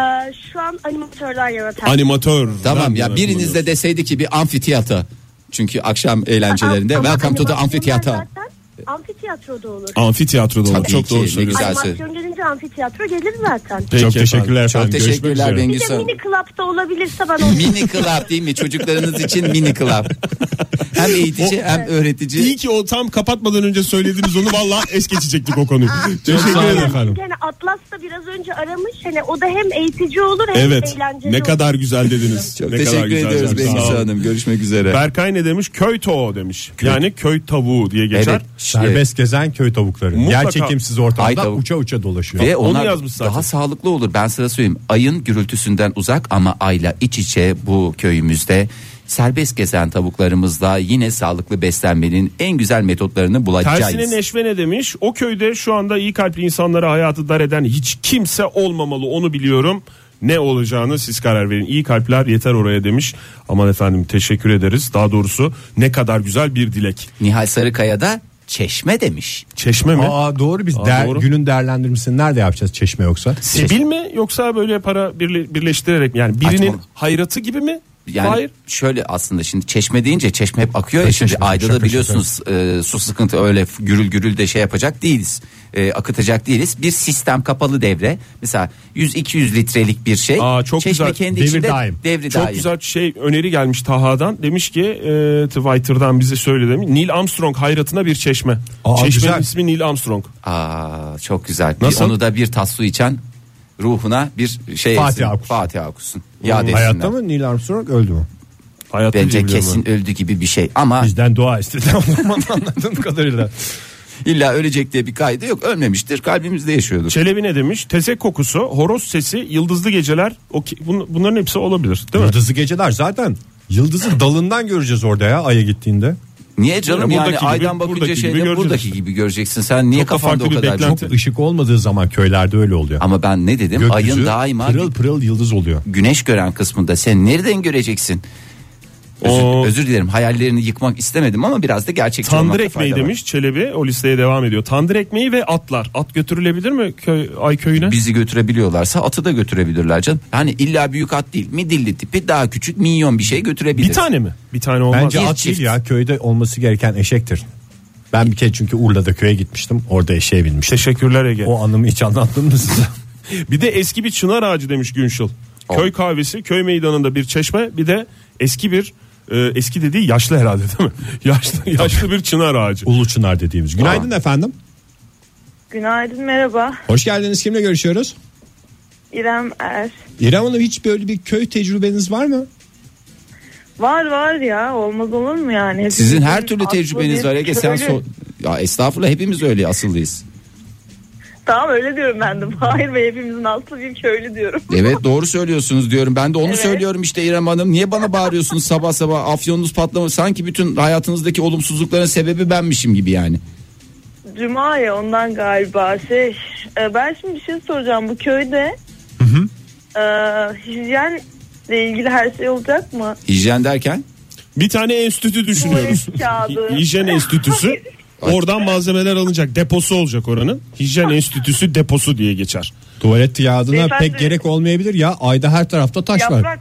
Speaker 7: e, şu an animatörden yana tercih
Speaker 4: Animatör.
Speaker 2: Tamam ya
Speaker 4: Ben-
Speaker 2: biriniz de deseydi ki bir amfiteyata. Çünkü akşam eğlencelerinde
Speaker 7: Ama hani
Speaker 2: welcome to the
Speaker 7: animasyonlar
Speaker 2: amfiteyata.
Speaker 7: zaten Amfiteyatroda olur.
Speaker 4: Amfiteyatroda olur.
Speaker 2: Tabii
Speaker 4: Çok
Speaker 2: ki,
Speaker 4: doğru
Speaker 2: ne
Speaker 4: söylüyorsun.
Speaker 2: güzel.
Speaker 7: Animasyon gelince amfiteyatro gelir zaten.
Speaker 4: Peki
Speaker 3: Çok
Speaker 4: efendim.
Speaker 3: teşekkürler
Speaker 2: Çok
Speaker 3: efendim. Görüşmek
Speaker 2: teşekkürler
Speaker 3: üzere.
Speaker 7: Bir
Speaker 2: Bengis
Speaker 7: de
Speaker 2: Hanım.
Speaker 7: mini club'da olabilirse ben onu
Speaker 2: Mini club değil mi? Çocuklarınız için mini club. hem eğitici hem öğretici.
Speaker 4: İyi ki o tam kapatmadan önce söylediğiniz onu vallahi es geçecektik o konuyu.
Speaker 3: sağ
Speaker 4: Teşekkür
Speaker 3: olun
Speaker 4: ederim
Speaker 3: efendim.
Speaker 4: efendim.
Speaker 7: Yani Atlas da biraz önce aramış. Hani o da hem eğitici olur hem
Speaker 4: Evet.
Speaker 7: eğlenceli
Speaker 4: Ne
Speaker 7: olur.
Speaker 4: kadar güzel dediniz.
Speaker 2: Çok
Speaker 4: ne kadar
Speaker 2: teşekkür
Speaker 4: güzel
Speaker 2: ediyoruz
Speaker 4: dediniz.
Speaker 2: Bengis
Speaker 4: Sağ olun.
Speaker 2: Hanım. Görüşmek üzere.
Speaker 4: Berkay ne demiş? Köy tavuğu demiş. Yani köy tavuğu diye geçer.
Speaker 2: Evet.
Speaker 3: Serbest gezen köy tavukları.
Speaker 4: Mutlaka.
Speaker 3: Yer çekimsiz
Speaker 2: Ay
Speaker 3: ortamda
Speaker 2: tavuk.
Speaker 3: uça uça dolaşıyor.
Speaker 2: Ve
Speaker 4: Onu
Speaker 2: onlar
Speaker 4: yazmış zaten.
Speaker 2: daha sağlıklı olur. Ben sana söyleyeyim. Ayın gürültüsünden uzak ama ayla iç içe bu köyümüzde serbest gezen tavuklarımızla yine sağlıklı beslenmenin en güzel metotlarını bulacağız.
Speaker 4: Tersine Neşve ne demiş? O köyde şu anda iyi kalpli insanlara hayatı dar eden hiç kimse olmamalı onu biliyorum. Ne olacağını siz karar verin. İyi kalpler yeter oraya demiş. Aman efendim teşekkür ederiz. Daha doğrusu ne kadar güzel bir dilek.
Speaker 2: Nihal Sarıkaya'da çeşme demiş.
Speaker 4: Çeşme mi?
Speaker 3: Aa doğru biz
Speaker 4: Aa,
Speaker 3: der,
Speaker 4: doğru.
Speaker 3: günün değerlendirmesini nerede yapacağız çeşme yoksa?
Speaker 4: Sibil mi yoksa böyle para birle- birleştirerek mi? Yani birinin
Speaker 2: Saçmalık.
Speaker 4: hayratı gibi mi?
Speaker 2: Yani
Speaker 4: Hayır.
Speaker 2: şöyle aslında şimdi çeşme deyince çeşme hep akıyor ya şimdi
Speaker 3: çeşme,
Speaker 2: ayda
Speaker 3: şaka
Speaker 2: da biliyorsunuz e, su sıkıntı öyle f- gürül gürül de şey yapacak değiliz. E, akıtacak değiliz. Bir sistem kapalı devre. Mesela 100-200 litrelik bir şey.
Speaker 4: Aa, çok
Speaker 2: çeşme
Speaker 4: güzel.
Speaker 2: kendi
Speaker 3: Devir
Speaker 2: içinde
Speaker 3: daim.
Speaker 2: devri
Speaker 4: Çok
Speaker 2: daim.
Speaker 4: güzel şey öneri gelmiş Taha'dan. Demiş ki e, Twitter'dan bize söyle demiş. Neil Armstrong hayratına bir çeşme.
Speaker 3: Aa,
Speaker 4: Çeşmenin
Speaker 3: güzel.
Speaker 4: ismi Neil Armstrong.
Speaker 2: Aa çok güzel. Bir
Speaker 4: Nasıl?
Speaker 2: onu da bir tas su içen ruhuna bir şey
Speaker 3: Fatiha
Speaker 2: etsin.
Speaker 3: okusun.
Speaker 2: Fatiha okusun. Yad etsinler.
Speaker 3: Hayatta mı Neil Armstrong öldü mü?
Speaker 4: Hayatta
Speaker 2: Bence
Speaker 4: diye biliyorum ben.
Speaker 2: kesin öldü gibi bir şey ama
Speaker 3: Bizden dua istedi anladığım kadarıyla.
Speaker 2: illa ölecek diye bir kaydı yok. Ölmemiştir. Kalbimizde yaşıyordur.
Speaker 4: Çelebi ne demiş? Tezek kokusu, horoz sesi, yıldızlı geceler. O ki- bun- bunların hepsi olabilir değil mi?
Speaker 3: Yıldızlı geceler zaten yıldızı dalından göreceğiz orada ya aya gittiğinde.
Speaker 2: Niye canım
Speaker 4: Yani
Speaker 2: yani
Speaker 4: buradaki gibi,
Speaker 2: aydan bakınca
Speaker 4: buradaki gibi
Speaker 2: şeyde
Speaker 4: göreceğiz.
Speaker 2: buradaki gibi göreceksin. Sen niye
Speaker 4: Çok da
Speaker 2: kafanda o
Speaker 4: farklı bir
Speaker 2: kadar
Speaker 4: beklenti.
Speaker 2: çok-
Speaker 3: Işık olmadığı zaman köylerde öyle oluyor.
Speaker 2: Ama ben ne dedim?
Speaker 3: Gökyüzü
Speaker 2: Ayın daima
Speaker 3: pırıl pırıl yıldız oluyor.
Speaker 2: güneş gören kısmında sen nereden göreceksin? Özür,
Speaker 4: O-
Speaker 2: özür dilerim hayallerini yıkmak istemedim ama biraz da gerçekçi
Speaker 4: Tandır
Speaker 2: olmakta
Speaker 4: ekmeği
Speaker 2: fayda var.
Speaker 4: demiş Çelebi o listeye devam ediyor. Tandır ekmeği ve atlar. At götürülebilir mi köy, ay köyüne?
Speaker 2: bizi götürebiliyorlarsa atı da götürebilirler canım. Hani illa büyük at değil midilli tipi daha küçük minyon bir şey götürebilir.
Speaker 4: Bir tane mi? Bir tane olmaz.
Speaker 3: Bence
Speaker 2: Bir
Speaker 3: at
Speaker 2: çift.
Speaker 3: değil ya köyde olması gereken eşektir. Ben bir kere çünkü Urla'da köye gitmiştim. Orada eşeğe binmiştim.
Speaker 4: Teşekkürler Ege.
Speaker 3: O anımı hiç anlattım mı size?
Speaker 4: Bir de eski bir çınar ağacı demiş Günşil. Köy kahvesi, köy meydanında bir çeşme, bir de eski bir e, eski dediği yaşlı herhalde değil mi? Yaşlı yaşlı bir çınar ağacı.
Speaker 3: Ulu Çınar dediğimiz. Günaydın efendim.
Speaker 8: Günaydın merhaba
Speaker 3: Hoş geldiniz. Kimle görüşüyoruz?
Speaker 8: İrem Er.
Speaker 3: İrem Hanım hiç böyle bir köy tecrübeniz var mı?
Speaker 8: Var var ya olmaz olur mu yani? Hepimizin
Speaker 2: Sizin her türlü
Speaker 8: aklı
Speaker 2: tecrübeniz
Speaker 8: bir
Speaker 2: var Ege. Sen
Speaker 8: şöyle-
Speaker 2: so- ya estağfurullah hepimiz öyle asıllıyız.
Speaker 8: Tamam öyle diyorum ben de. Hayır ve hepimizin aslı bir köylü diyorum.
Speaker 2: Evet doğru söylüyorsunuz diyorum. Ben de onu
Speaker 8: Evet.
Speaker 2: söylüyorum işte İrem Hanım. Niye bana bağırıyorsunuz sabah sabah afyonunuz patlama. Sanki bütün hayatınızdaki olumsuzlukların sebebi benmişim gibi yani.
Speaker 8: Cuma ya ondan galiba şey. e, ben şimdi bir şey soracağım bu köyde. e, hijyenle ilgili her şey olacak mı?
Speaker 2: Hijyen derken
Speaker 4: Bir tane enstitü düşünüyoruz.
Speaker 8: Tuvalet kağıdı.
Speaker 4: Hijyen enstitüsü. Oradan malzemeler alınacak. Deposu olacak oranın. Hijyen enstitüsü deposu diye geçer.
Speaker 3: Tuvalet yağdına
Speaker 8: Beyefendi-
Speaker 3: pek gerek olmayabilir ya. Ayda her tarafta taş var.
Speaker 8: Yaprak.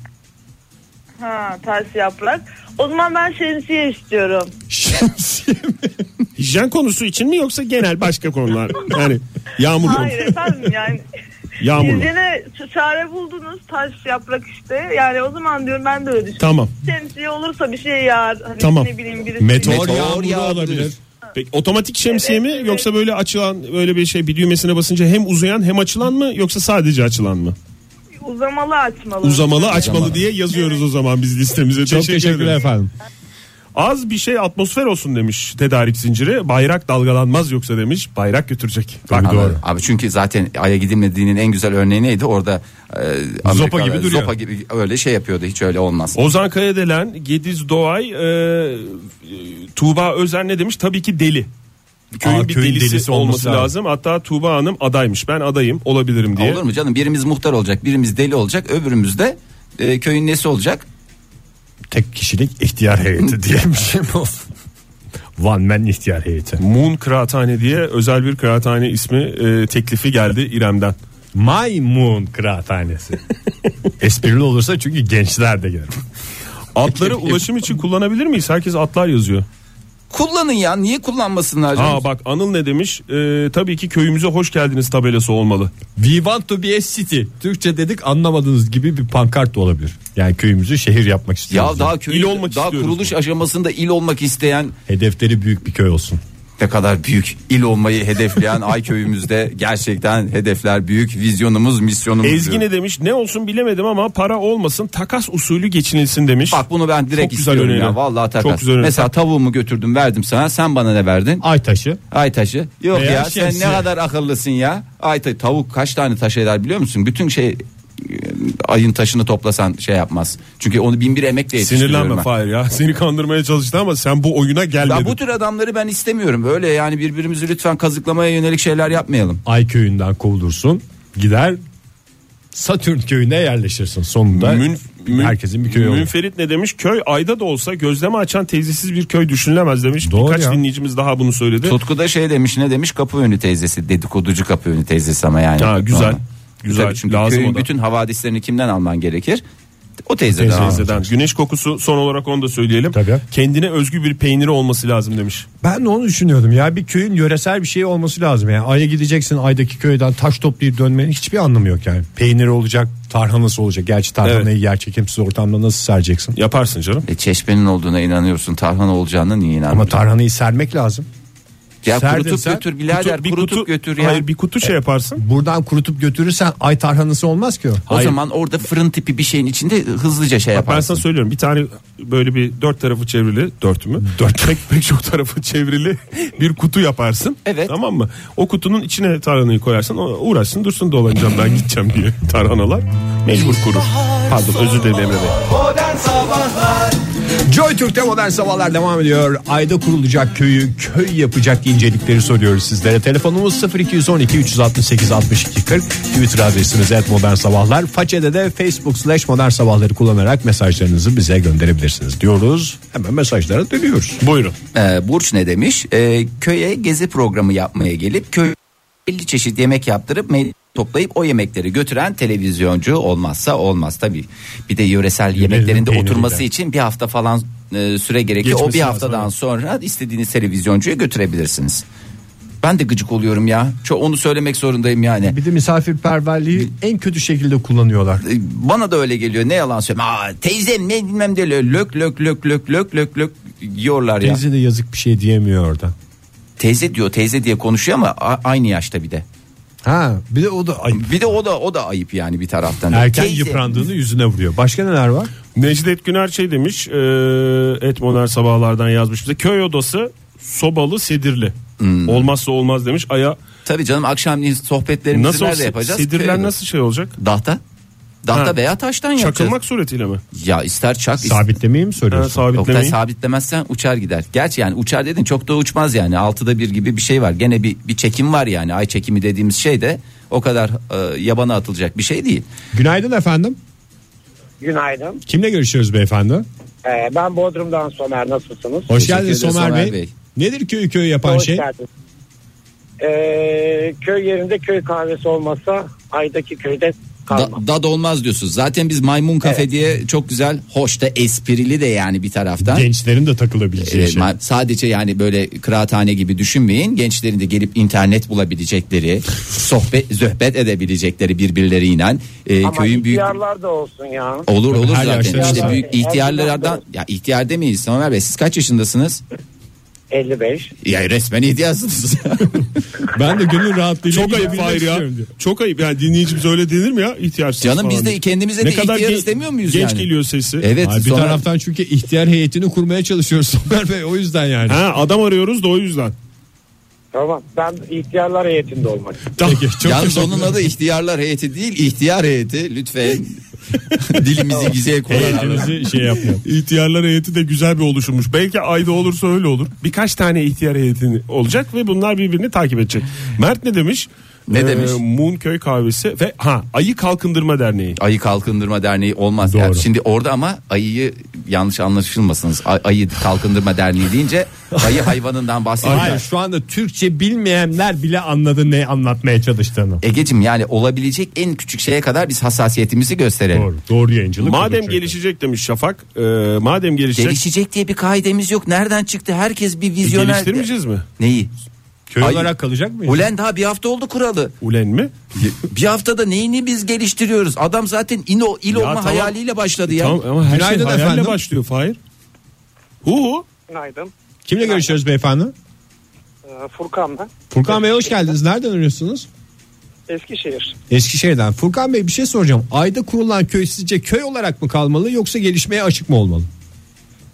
Speaker 8: Ha ters yaprak. O zaman ben şemsiye istiyorum.
Speaker 4: şey
Speaker 3: Şemsiye mi?
Speaker 4: Hijyen konusu için mi yoksa genel başka konular? Yani yağmur
Speaker 8: Hayır efendim yani.
Speaker 4: Yağmur.
Speaker 8: Siz yine ç- çare buldunuz taş yaprak işte. Yani o zaman diyorum ben de öyle düşünüyorum.
Speaker 4: Tamam.
Speaker 8: Şemsiye olursa bir şey yağar. Hani
Speaker 4: Tamam.
Speaker 8: Ne bileyim birisi.
Speaker 4: Meteor,
Speaker 2: Meteor
Speaker 4: yağmuru
Speaker 2: yağabilir.
Speaker 4: olabilir. Peki, otomatik şemsiye mi
Speaker 8: evet.
Speaker 4: yoksa böyle açılan böyle bir şey bir düğmesine basınca hem uzayan hem açılan mı yoksa sadece açılan mı?
Speaker 8: Uzamalı açmalı.
Speaker 4: Uzamalı açmalı
Speaker 2: Uzamalı.
Speaker 4: diye yazıyoruz o zaman biz listemize.
Speaker 3: Çok teşekkürler
Speaker 4: ederim.
Speaker 3: efendim.
Speaker 4: Az bir şey atmosfer olsun demiş tedarik zinciri. Bayrak dalgalanmaz yoksa demiş. Bayrak götürecek. Bak
Speaker 2: Abi,
Speaker 4: doğru.
Speaker 2: Abi çünkü zaten Ay'a gidilmediğinin en güzel örneği neydi? Orada e, Amerikalı-
Speaker 4: gibi duruyor.
Speaker 2: Zopa gibi öyle şey yapıyordu. Hiç öyle olmaz.
Speaker 4: Ozan Kayadelen, Gediz Doğay, e, Tuğba Özer ne demiş? Tabii ki deli. Köyün
Speaker 3: Aa,
Speaker 4: bir
Speaker 3: köyün
Speaker 4: delisi,
Speaker 3: delisi
Speaker 4: olması
Speaker 3: olması
Speaker 4: lazım.
Speaker 3: lazım.
Speaker 4: Hatta Tuğba Hanım adaymış. Ben adayım olabilirim diye.
Speaker 2: Olur mu canım? Birimiz muhtar olacak, birimiz deli olacak, öbürümüz de e, köyün nesi olacak?
Speaker 3: Tek kişilik ihtiyar heyeti diye bir şey mi olsun? One man ihtiyar heyeti.
Speaker 4: Moon Kıraathane diye özel bir kıraathane ismi e, teklifi geldi İrem'den.
Speaker 3: Maymun kıraathanesi. Esprili olursa çünkü gençler de gelir.
Speaker 4: Atları ulaşım için kullanabilir miyiz? Herkes atlar yazıyor.
Speaker 2: Kullanın ya. Niye kullanmasınlar canım?
Speaker 4: Ha bak Anıl ne demiş? E, tabii ki köyümüze hoş geldiniz tabelası olmalı.
Speaker 3: We want to be a city. Türkçe dedik anlamadığınız gibi bir pankart da olabilir. Yani köyümüzü şehir yapmak istiyoruz.
Speaker 2: ya daha köy
Speaker 4: İl olmak
Speaker 2: daha
Speaker 4: istiyoruz.
Speaker 2: kuruluş aşamasında il olmak isteyen
Speaker 3: Hedefleri büyük bir köy olsun.
Speaker 2: ne kadar büyük il olmayı hedefleyen ay köyümüzde gerçekten hedefler büyük vizyonumuz misyonumuz.
Speaker 4: Ezgi
Speaker 2: diyor.
Speaker 4: ne demiş? Ne olsun bilemedim ama para olmasın takas usulü geçinilsin demiş.
Speaker 2: Bak bunu ben direkt
Speaker 4: Çok güzel
Speaker 2: istiyorum
Speaker 4: öneri.
Speaker 2: ya. Vallahi takas.
Speaker 4: Çok güzel öneri.
Speaker 2: Mesela tavuğumu götürdüm verdim sana. Sen bana ne verdin?
Speaker 3: Aytaş'ı
Speaker 2: Aytaş'ı. Yok
Speaker 3: Veya
Speaker 2: ya
Speaker 3: şemsiye.
Speaker 2: sen ne kadar akıllısın ya. Aytaş tavuk kaç tane taş eder biliyor musun? Bütün şey e, ayın taşını toplasan şey yapmaz. Çünkü onu bin bir emekle yetiştiriyorum
Speaker 4: Sinirlenme
Speaker 2: ben.
Speaker 4: Fahir ya. Seni kandırmaya çalıştı ama sen bu oyuna gelmedin.
Speaker 2: Ya bu tür adamları ben istemiyorum. Böyle yani birbirimizi lütfen kazıklamaya yönelik şeyler yapmayalım.
Speaker 3: Ay köyünden kovulursun. Gider Satürn köyüne yerleşirsin. Sonunda
Speaker 4: Mün- mün-
Speaker 3: herkesin bir köyü olur.
Speaker 4: Münferit ne demiş? Köy ayda da olsa gözleme açan teyzesiz bir köy düşünülemez demiş.
Speaker 3: Doğru
Speaker 4: Birkaç
Speaker 3: ya.
Speaker 4: dinleyicimiz daha bunu söyledi.
Speaker 2: Tutku da şey demiş ne demiş kapı önü teyzesi dedikoducu kapı önü teyzesi ama yani.
Speaker 4: Ha, güzel.
Speaker 2: Normal.
Speaker 4: Güzel,
Speaker 2: Tabii çünkü
Speaker 4: lazım o
Speaker 2: köyün
Speaker 4: da.
Speaker 2: bütün havadislerini kimden alman gerekir? O teyzeden.
Speaker 3: Teyze.
Speaker 2: al.
Speaker 4: Teyzeden. Güneş kokusu son olarak onu da söyleyelim.
Speaker 3: Tabii.
Speaker 4: Kendine özgü bir peyniri olması lazım demiş.
Speaker 3: Ben de onu düşünüyordum ya bir köyün yöresel bir şey olması lazım. Yani Ay'a gideceksin aydaki köyden taş toplayıp dönmenin hiçbir anlamı yok yani. Peyniri olacak tarhanası olacak. Gerçi tarhanayı yer çekimsiz ortamda nasıl sereceksin?
Speaker 4: Yaparsın canım.
Speaker 2: E, çeşmenin olduğuna inanıyorsun tarhana olacağına niye
Speaker 3: Ama
Speaker 2: inanmıyorsun?
Speaker 3: tarhanayı sermek lazım.
Speaker 2: ya
Speaker 3: serdin
Speaker 2: kurutup
Speaker 3: sen,
Speaker 2: götür birader
Speaker 4: Kutu- bir
Speaker 2: kurutup
Speaker 4: kutu-
Speaker 2: götür ya.
Speaker 4: Hayır bir kutu şey yaparsın.
Speaker 3: Buradan kurutup götürürsen ay tarhanası olmaz ki o.
Speaker 2: O zaman orada fırın tipi bir şeyin içinde hızlıca şey
Speaker 4: Ben
Speaker 2: yaparsın.
Speaker 4: sana söylüyorum bir tane böyle bir dört tarafı çevrili dört mü? Dört. Pek, pek çok tarafı çevrili bir kutu yaparsın.
Speaker 2: Evet.
Speaker 4: Tamam mı? O kutunun içine tarhanayı koyarsın. O uğraşsın dursun dolanacağım ben gideceğim diye tarhanalar. Mecbur kurur. Pardon özür dilerim Emre Bey.
Speaker 3: Joy Türk'te modern sabahlar devam ediyor. Ayda kurulacak köyü köy yapacak incelikleri soruyoruz sizlere. Telefonumuz 0212 368 62 40. Twitter adresimiz et modern sabahlar. Façede de Facebook slash modern sabahları kullanarak mesajlarınızı bize gönderebilirsiniz diyoruz. Hemen mesajlara dönüyoruz.
Speaker 4: Buyurun.
Speaker 2: Ee, Burç ne demiş? Ee, köye gezi programı yapmaya gelip köy 50 çeşit yemek yaptırıp meydan toplayıp o yemekleri götüren televizyoncu olmazsa olmaz tabii. Bir de yöresel yemeklerinde
Speaker 3: peyniriyle.
Speaker 2: oturması için bir hafta falan e, süre gerekiyor. o
Speaker 4: Geçmesi
Speaker 2: bir
Speaker 4: lazım,
Speaker 2: haftadan sonra istediğiniz televizyoncuya götürebilirsiniz. Ben de gıcık oluyorum ya. Çok onu söylemek zorundayım yani.
Speaker 3: Bir de misafirperverliği en kötü şekilde kullanıyorlar.
Speaker 2: E, bana da öyle geliyor. Ne yalan söyleyeyim. Aa, teyzem ne bilmem de lök lök lök lök lök lök lök yiyorlar ya.
Speaker 3: Teyze de yazık bir şey diyemiyor orada.
Speaker 2: Teyze diyor teyze diye konuşuyor ama a- aynı yaşta bir de.
Speaker 3: Ha bir de o da ayıp.
Speaker 2: Bir de o da o da ayıp yani bir taraftan.
Speaker 3: Erken
Speaker 2: Teyze-
Speaker 3: yıprandığını yüzüne vuruyor. Başka neler var?
Speaker 4: Necdet Güner şey demiş e, et modern sabahlardan yazmış bize köy odası sobalı sedirli olmazsa olmaz demiş aya
Speaker 2: Tabii canım akşamleyin sohbetlerimizi
Speaker 4: nasıl
Speaker 2: nerede
Speaker 4: se-
Speaker 2: yapacağız?
Speaker 4: sedirler
Speaker 2: Köyde.
Speaker 4: nasıl şey olacak
Speaker 2: Dahta. Dahta
Speaker 4: Ha.
Speaker 2: veya taştan yapacağız.
Speaker 4: çakılmak suretiyle mi
Speaker 2: Ya ister çak ister
Speaker 3: Sabitlemeyi mi
Speaker 4: ha,
Speaker 3: söylüyorsun?
Speaker 2: Oktay
Speaker 4: sabitlemeyi
Speaker 2: sabitlemezsen uçar gider. Gerçi yani uçar dedin çok da uçmaz yani. Altıda bir gibi bir şey var. Gene bir, bir çekim var yani. Ay çekimi dediğimiz şey de o kadar e, yabana atılacak bir şey değil.
Speaker 3: Günaydın efendim.
Speaker 9: Günaydın.
Speaker 3: Kimle görüşüyoruz beyefendi?
Speaker 9: Ee, ben Bodrum'dan Somer. Nasılsınız?
Speaker 3: Hoş
Speaker 2: Teşekkür
Speaker 3: geldiniz
Speaker 2: ederiz
Speaker 3: Somer,
Speaker 2: Somer
Speaker 3: Bey.
Speaker 2: Bey.
Speaker 3: Nedir köyü köyü yapan
Speaker 9: Hoş
Speaker 3: şey?
Speaker 9: geldiniz. Ee, köy yerinde köy kahvesi olmasa aydaki köyde
Speaker 2: Da,
Speaker 9: kalmam.
Speaker 2: dad olmaz diyorsunuz. Zaten biz maymun kafe diye çok güzel, hoş da esprili de yani bir taraftan.
Speaker 3: Gençlerin de
Speaker 2: Ee,
Speaker 3: takılabileceği şey.
Speaker 2: ma- sadece yani böyle kıraathane gibi düşünmeyin. Gençlerin de gelip internet bulabilecekleri, sohbet zöhbet edebilecekleri birbirleriyle e,
Speaker 9: Ama
Speaker 2: köyün büyük
Speaker 9: ihtiyarlar da olsun ya.
Speaker 2: Olur olur
Speaker 3: Her
Speaker 2: zaten.
Speaker 3: yaşta
Speaker 2: İşte
Speaker 9: insan.
Speaker 2: büyük ihtiyarlardan ya ihtiyar demeyiz Samer Bey. Siz kaç yaşındasınız?
Speaker 9: 55.
Speaker 2: Ya resmen ihtiyarsınız.
Speaker 3: Ben de gönül rahatlığıyla
Speaker 4: çok ayıp
Speaker 3: gidebilmek
Speaker 4: Fahir ya
Speaker 3: istiyorum diyor.
Speaker 4: çok ayıp yani dinleyicimiz öyle denir mi ya ihtiyarsız
Speaker 2: Canım biz
Speaker 4: falan
Speaker 2: de
Speaker 4: diye.
Speaker 2: kendimize de
Speaker 4: ne kadar
Speaker 2: ihtiyarız
Speaker 4: gen-
Speaker 2: demiyor muyuz
Speaker 4: genç
Speaker 2: yani?
Speaker 4: geliyor sesi
Speaker 2: Evet.
Speaker 3: Ay, bir
Speaker 2: sonra-
Speaker 3: taraftan çünkü ihtiyar heyetini kurmaya çalışıyoruz Somer Bey o yüzden yani.
Speaker 4: ha, adam arıyoruz da o yüzden
Speaker 9: Tamam. Ben ihtiyarlar heyetinde olmak. istiyorum.
Speaker 3: Peki, çok
Speaker 2: Yalnız
Speaker 3: teşekkür
Speaker 2: onun
Speaker 3: ederim.
Speaker 2: adı ihtiyarlar heyeti değil ihtiyar heyeti lütfen dilimizi güzel kullanalım.
Speaker 3: Heyetinizi şey yapmayalım.
Speaker 4: İhtiyarlar heyeti de güzel bir oluşummuş. Belki ayda olursa öyle olur. Birkaç tane ihtiyar heyeti olacak ve bunlar birbirini takip edecek. Mert ne demiş? Ee,
Speaker 2: Ne demiş?
Speaker 4: Moonköy kahvesi ve ha Ayı Kalkındırma Derneği.
Speaker 2: Ayı Kalkındırma Derneği olmaz. Yani şimdi orada ama ayıyı yanlış anlaşılmasınız. Ay- ayı Kalkındırma Derneği deyince ayı hayvanından
Speaker 3: Hayır
Speaker 2: bahsediyorlar.
Speaker 3: şu anda Türkçe bilmeyenler bile anladı ne anlatmaya çalıştığını.
Speaker 2: Egecim yani olabilecek en küçük şeye kadar biz hassasiyetimizi gösterelim.
Speaker 3: Doğru. Doğru yayıncılık.
Speaker 4: Madem
Speaker 3: Odur çünkü.
Speaker 4: gelişecek demiş Şafak. e, madem gelişecek
Speaker 2: Şey- Gelişecek diye bir kaidemiz yok. Nereden çıktı? Herkes
Speaker 3: E,
Speaker 2: bir vizyoner.
Speaker 4: geliştirmeyeceğiz mi?
Speaker 2: Neyi?
Speaker 3: Köy
Speaker 2: Ay-
Speaker 3: olarak kalacak mıyız?
Speaker 2: Ulen daha bir hafta oldu kuralı.
Speaker 4: Ulen mi?
Speaker 2: Bir haftada neyini biz geliştiriyoruz? Adam zaten ino, il olma
Speaker 4: tamam.
Speaker 2: hayaliyle başladı ya.
Speaker 4: Tamam ama her
Speaker 3: Günaydın
Speaker 4: şey hayalle
Speaker 3: efendim.
Speaker 4: başlıyor Fahir. Hu
Speaker 9: Günaydın.
Speaker 3: Kimle görüşüyoruz beyefendi?
Speaker 9: Ee, Furkan ben.
Speaker 3: Furkan Bey hoş geldiniz. Nereden arıyorsunuz?
Speaker 9: Eskişehir.
Speaker 3: Eskişehir'den. Furkan Bey bir şey soracağım. Ayda kurulan köy sizce köy olarak mı kalmalı yoksa gelişmeye açık mı olmalı?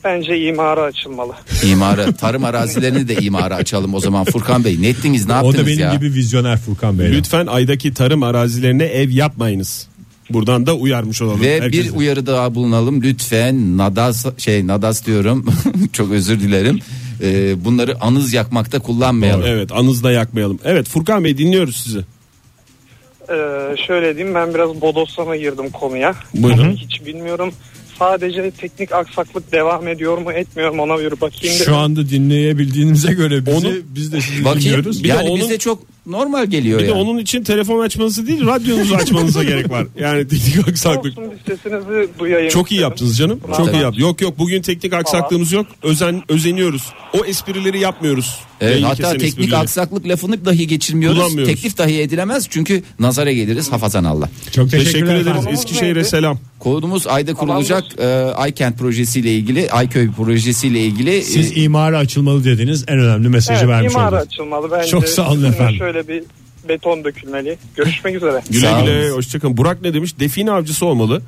Speaker 9: Bence imara açılmalı.
Speaker 2: İmara, tarım arazilerini de imara açalım o zaman. Furkan Bey ne ettiniz ne
Speaker 3: o
Speaker 2: yaptınız
Speaker 3: da benim
Speaker 2: ya?
Speaker 3: gibi vizyoner Furkan Bey.
Speaker 4: lütfen aydaki tarım arazilerine ev yapmayınız. Buradan da uyarmış olalım.
Speaker 2: Ve
Speaker 4: herkesi.
Speaker 2: bir uyarı daha bulunalım lütfen nadas şey nadas diyorum çok özür dilerim Ee, bunları anız yakmakta kullanmayalım.
Speaker 4: Evet anızda yakmayalım. Evet Furkan Bey dinliyoruz sizi.
Speaker 9: Ee, şöyle diyeyim ben biraz bodoslama girdim konuya.
Speaker 4: Buyurun.
Speaker 9: Hiç bilmiyorum. Sadece teknik aksaklık devam ediyor mu etmiyor mu ona bir bakayım.
Speaker 3: Şu anda dinleyebildiğinize göre bizi,
Speaker 4: Onu-
Speaker 3: biz de sizi
Speaker 2: Bakayım
Speaker 3: dinliyoruz.
Speaker 4: Bir de
Speaker 2: yani
Speaker 4: onun-
Speaker 2: bize çok normal geliyor
Speaker 4: Bir de
Speaker 2: yani.
Speaker 4: onun için telefon açmanızı değil radyonuzu açmanıza gerek var. Yani teknik aksaklık.
Speaker 9: bir sesinizi duyayım.
Speaker 4: Çok iyi yaptınız canım. Çok iyi
Speaker 2: Tabii.
Speaker 4: yap. Yok yok bugün teknik aksaklığımız yok. Özen özeniyoruz. O esprileri yapmıyoruz.
Speaker 2: Evet,
Speaker 4: Yayını
Speaker 2: hatta
Speaker 4: kesen
Speaker 2: teknik
Speaker 4: esprileri.
Speaker 2: aksaklık lafını dahi geçirmiyoruz.
Speaker 4: Kullanmıyoruz.
Speaker 2: Teklif dahi edilemez çünkü nazara geliriz hafazan Allah.
Speaker 3: Çok
Speaker 4: Teşekkür,
Speaker 3: teşekkürler
Speaker 4: ederiz.
Speaker 3: efendim.
Speaker 4: Eskişehir'e selam.
Speaker 2: Konumuz ayda kurulacak e, Aykent projesiyle ilgili, Ayköy projesiyle ilgili.
Speaker 3: Siz
Speaker 2: e,
Speaker 3: imara açılmalı dediniz. En önemli mesajı
Speaker 9: Evet,
Speaker 3: vermiş
Speaker 9: imara
Speaker 3: oldunuz.
Speaker 9: açılmalı bence.
Speaker 3: Çok sağ olun
Speaker 9: Üstüne
Speaker 3: efendim.
Speaker 9: Şöyle bir beton dökülmeli. Görüşmek üzere.
Speaker 4: Güle
Speaker 2: Sağ
Speaker 4: güle
Speaker 2: olun.
Speaker 4: hoşçakalın. Burak ne demiş? Define avcısı olmalı.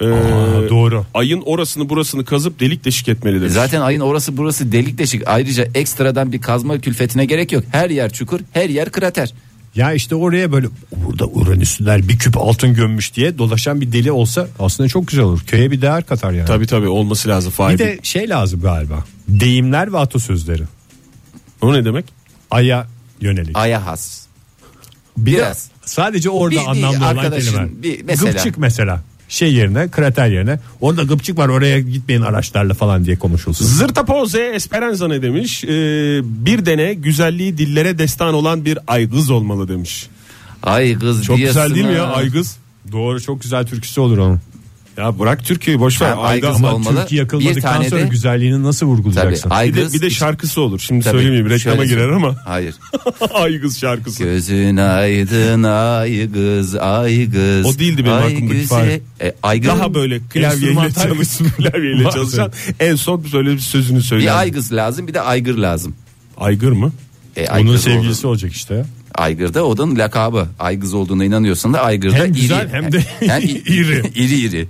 Speaker 4: Ee,
Speaker 3: Aa, doğru.
Speaker 4: Ayın orasını burasını kazıp delik deşik etmeli demiş.
Speaker 2: Zaten ayın orası burası delik deşik. Ayrıca ekstradan bir kazma külfetine gerek yok. Her yer çukur, her yer krater.
Speaker 3: Ya işte oraya böyle burada Uranüs'ler bir küp altın gömmüş diye dolaşan bir deli olsa aslında çok güzel olur. Köye bir değer katar yani.
Speaker 4: Tabii tabii olması lazım
Speaker 3: Bir
Speaker 4: Fahir.
Speaker 3: de şey lazım galiba. Deyimler ve atasözleri.
Speaker 4: O ne demek?
Speaker 3: Aya yönelik.
Speaker 2: Aya has.
Speaker 3: Bir de
Speaker 2: Biraz.
Speaker 3: sadece orada
Speaker 2: Bir- bir
Speaker 3: anlamlı olan
Speaker 2: arkadaşın
Speaker 3: kelime.
Speaker 2: bir- mesela-
Speaker 3: Gıpçık mesela. Şey yerine krater yerine. Orada gıpçık var oraya gitmeyin araçlarla falan diye konuşulsun.
Speaker 4: Zırta Poze Esperanza ne demiş? Ee, bir dene güzelliği dillere destan olan bir aygız olmalı demiş.
Speaker 2: Ay kız
Speaker 4: Çok
Speaker 2: diyorsun
Speaker 4: güzel değil mi ya
Speaker 2: ha.
Speaker 4: aygız?
Speaker 3: Doğru çok güzel türküsü olur onun.
Speaker 4: Ya bırak Türkiye'yi boş ver.
Speaker 2: Ha,
Speaker 4: Ayda
Speaker 2: aygız
Speaker 4: ama
Speaker 2: olmalı.
Speaker 4: Türk-
Speaker 3: Türkiye
Speaker 2: Bir
Speaker 3: yakılmadıktan
Speaker 2: tane
Speaker 3: sonra
Speaker 2: de-
Speaker 3: güzelliğini nasıl
Speaker 2: Tabii
Speaker 3: vurgulayacaksın?
Speaker 4: Bir de,
Speaker 2: aygız.
Speaker 4: bir de şarkısı olur. Şimdi
Speaker 2: Tabii,
Speaker 4: söylemeyeyim reklama
Speaker 2: şöyle-
Speaker 4: girer ama.
Speaker 2: Hayır.
Speaker 4: Aygız şarkısı.
Speaker 2: Gözün aydın ay kız ay kız.
Speaker 4: O değildi benim
Speaker 2: ay
Speaker 4: aklımdaki
Speaker 2: güzel.
Speaker 4: Fahir.
Speaker 2: E, aygın-
Speaker 4: Daha böyle klavyeyle
Speaker 3: Enstrümantal
Speaker 4: çalışsın. Klavyeyle
Speaker 3: Var.
Speaker 4: çalışan. En son böyle bir sözünü söyler.
Speaker 2: Bir aygız lazım bir de aygır lazım.
Speaker 4: Aygır mı?
Speaker 2: E,
Speaker 3: Onun
Speaker 2: aygır
Speaker 3: sevgilisi olacak işte.
Speaker 2: Aygır'da odanın lakabı. Aygız olduğuna inanıyorsan da Aygır'da
Speaker 4: Hem
Speaker 2: iri.
Speaker 4: güzel hem de
Speaker 2: iri. iri iri. E,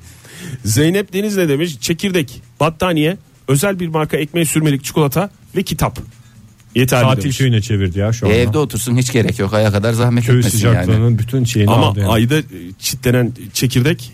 Speaker 4: Zeynep Deniz ne demiş? Çekirdek, battaniye, özel bir marka ekmeği sürmelik çikolata ve kitap. Yeterli
Speaker 3: Tatil şey
Speaker 4: demiş.
Speaker 3: köyüne çevirdi ya şu anda.
Speaker 2: Evde otursun hiç gerek yok. Aya kadar zahmet
Speaker 3: Köy
Speaker 2: etmesin yani.
Speaker 3: sıcaklığının bütün şeyini
Speaker 4: Ama
Speaker 3: aldı yani.
Speaker 4: ayda e, çitlenen çekirdek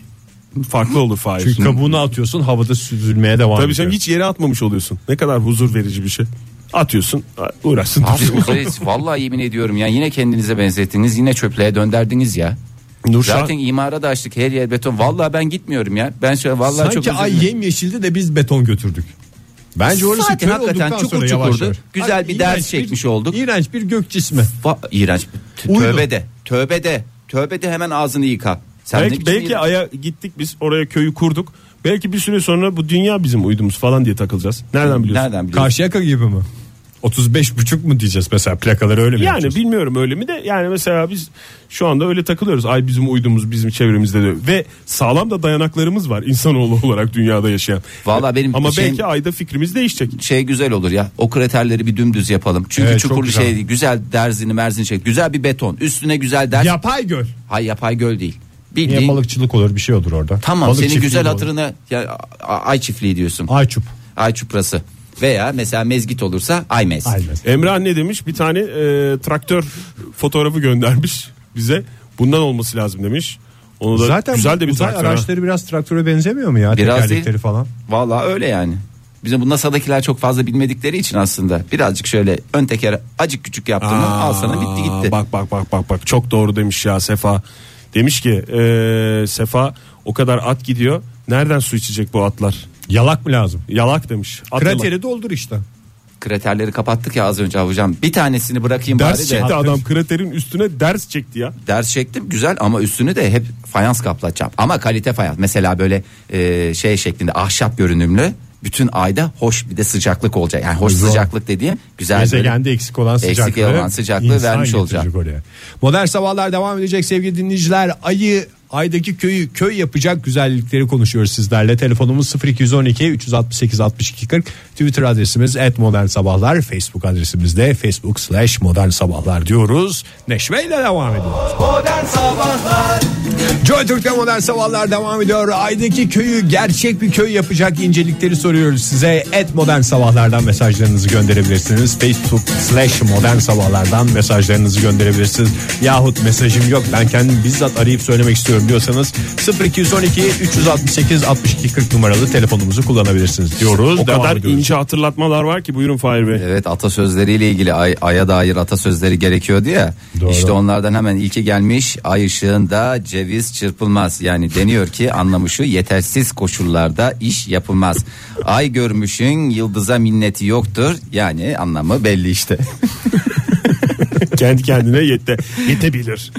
Speaker 4: farklı olur Fahir.
Speaker 3: Çünkü kabuğunu atıyorsun havada süzülmeye devam
Speaker 4: Tabii
Speaker 3: ediyor.
Speaker 4: canım hiç yere atmamış oluyorsun. Ne kadar huzur verici bir şey. Atıyorsun uğraşsın.
Speaker 2: Abi
Speaker 4: dursun.
Speaker 2: Uzayız, vallahi yemin ediyorum ya yine kendinize benzettiniz yine çöplüğe dönderdiniz ya.
Speaker 4: Nurşah-
Speaker 2: Zaten imara da açtık her yer beton. Vallahi ben gitmiyorum ya. Ben şöyle vallahi çok
Speaker 3: Sanki
Speaker 2: üzüldüm.
Speaker 3: ay yemyeşildi de biz beton götürdük. Bence orası
Speaker 2: Zaten
Speaker 3: köy
Speaker 2: hakikaten
Speaker 3: olduktan
Speaker 2: çukur
Speaker 3: sonra yavaş
Speaker 2: çukurdu.
Speaker 3: yavaş.
Speaker 2: Güzel
Speaker 3: Abi
Speaker 2: bir ders
Speaker 3: iğrenç
Speaker 2: çekmiş olduk.
Speaker 3: İğrenç bir gök cismi.
Speaker 2: Va- iğrenç. T-
Speaker 3: Uyudum.
Speaker 2: Tövbede. Tövbede. Tövbede hemen ağzını yıka. Sen şey ne
Speaker 4: belki
Speaker 2: biçim
Speaker 4: belki
Speaker 2: iğrenç-
Speaker 4: aya gittik biz oraya köyü kurduk. Belki bir süre sonra bu dünya bizim uydumuz falan diye takılacağız. Nereden biliyorsun?
Speaker 2: Nereden biliyorsun?
Speaker 3: Karşıyaka gibi mi? 35 buçuk mu diyeceğiz mesela plakaları öyle mi
Speaker 4: Yani
Speaker 3: yapacağız?
Speaker 4: bilmiyorum öyle mi de yani mesela biz şu anda öyle takılıyoruz. Ay bizim uydumuz bizim çevremizde de ve sağlam da dayanaklarımız var insanoğlu olarak dünyada yaşayan.
Speaker 2: Vallahi benim şey-
Speaker 4: Ama
Speaker 2: şeyim-
Speaker 4: belki ayda fikrimiz değişecek.
Speaker 2: şey güzel olur ya. O kraterleri bir dümdüz yapalım. Çünkü
Speaker 3: Evet, çok
Speaker 2: çukurlu
Speaker 3: güzel.
Speaker 2: şey güzel derzini merzini çek. Güzel bir beton. Üstüne güzel derz.
Speaker 3: Yapay göl.
Speaker 2: Hay yapay göl değil.
Speaker 3: Niye
Speaker 2: Bildiğin
Speaker 3: balıkçılık olur bir şey olur orada.
Speaker 2: Tamam
Speaker 3: Balık
Speaker 2: senin
Speaker 3: çiftliği
Speaker 2: güzel
Speaker 3: olur.
Speaker 2: hatırına ya, a- ay çiftliği diyorsun.
Speaker 3: Ayçup.
Speaker 2: Ay çuprası. Veya mesela mezgit olursa ay mez.
Speaker 3: Aynen.
Speaker 4: Emrah ne demiş? Bir tane e, traktör fotoğrafı göndermiş bize. Bundan olması lazım demiş. Onu da
Speaker 3: Zaten
Speaker 4: güzel de bir
Speaker 3: uzay
Speaker 4: traktör. ha.
Speaker 3: araçları biraz traktöre benzemiyor mu ya?
Speaker 2: Biraz
Speaker 3: Tekerlekleri
Speaker 2: değil.
Speaker 3: falan.
Speaker 2: Vallahi öyle yani. Bizim bu NASA'dakiler çok fazla bilmedikleri için aslında birazcık şöyle ön teker acık küçük yaptın mı al sana bitti gitti.
Speaker 4: Aa, Bak bak bak bak bak çok doğru demiş ya Sefa. Demiş ki e, Sefa o kadar at gidiyor. Nereden su içecek bu atlar?
Speaker 3: Yalak mı lazım?
Speaker 4: Yalak demiş. At yalak.
Speaker 3: Krateri doldur işte.
Speaker 2: Kraterleri kapattık ya az önce hocam. Bir tanesini bırakayım
Speaker 4: Ders
Speaker 2: bari de.
Speaker 4: çekti adam kraterin üstüne ders çekti ya.
Speaker 2: Ders çektim güzel ama üstünü de hep fayans kaplatacağım. Ama kalite fayans. Mesela böyle e, şey şeklinde ahşap görünümlü. Bütün ayda hoş bir de sıcaklık olacak. Yani hoş
Speaker 3: Güzel.
Speaker 2: sıcaklık dediğim güzel. böyle-
Speaker 3: Gezegende eksik olan
Speaker 2: Eksik
Speaker 3: sıcaklığı,
Speaker 2: olan sıcaklığı
Speaker 3: insan
Speaker 2: vermiş
Speaker 3: getirecek
Speaker 2: olacak.
Speaker 3: oraya. Modern sabahlar devam edecek sevgili dinleyiciler. Ayı aydaki köyü köy yapacak güzellikleri konuşuyoruz sizlerle. Telefonumuz 0212 368 62 40. Twitter adresimiz @modernsabahlar. sabahlar. Facebook adresimiz de facebook slash modern sabahlar diyoruz. Neşveyle devam ediyoruz. Joy Türk'te modern sabahlar devam ediyor. Aydaki köyü gerçek bir köy yapacak incelikleri soruyoruz size. Et modern sabahlardan mesajlarınızı gönderebilirsiniz. Facebook slash modern sabahlardan mesajlarınızı gönderebilirsiniz. Yahut mesajım yok ben kendim bizzat arayıp söylemek istiyorum diyorsanız 0212 368 62 40 numaralı telefonumuzu kullanabilirsiniz diyoruz.
Speaker 4: O
Speaker 3: Devam
Speaker 4: kadar
Speaker 3: ediyoruz.
Speaker 4: ince hatırlatmalar var ki buyurun Fahir Bey.
Speaker 2: Evet atasözleriyle ilgili ay, aya dair atasözleri gerekiyordu ya.
Speaker 3: Doğru.
Speaker 2: İşte onlardan hemen ilki gelmiş. Ay ışığında ceviz çırpılmaz. Yani deniyor ki anlamı şu yetersiz koşullarda iş yapılmaz. Ay görmüşün yıldıza minneti yoktur. Yani anlamı belli işte.
Speaker 4: Kendi kendine yete, yetebilir.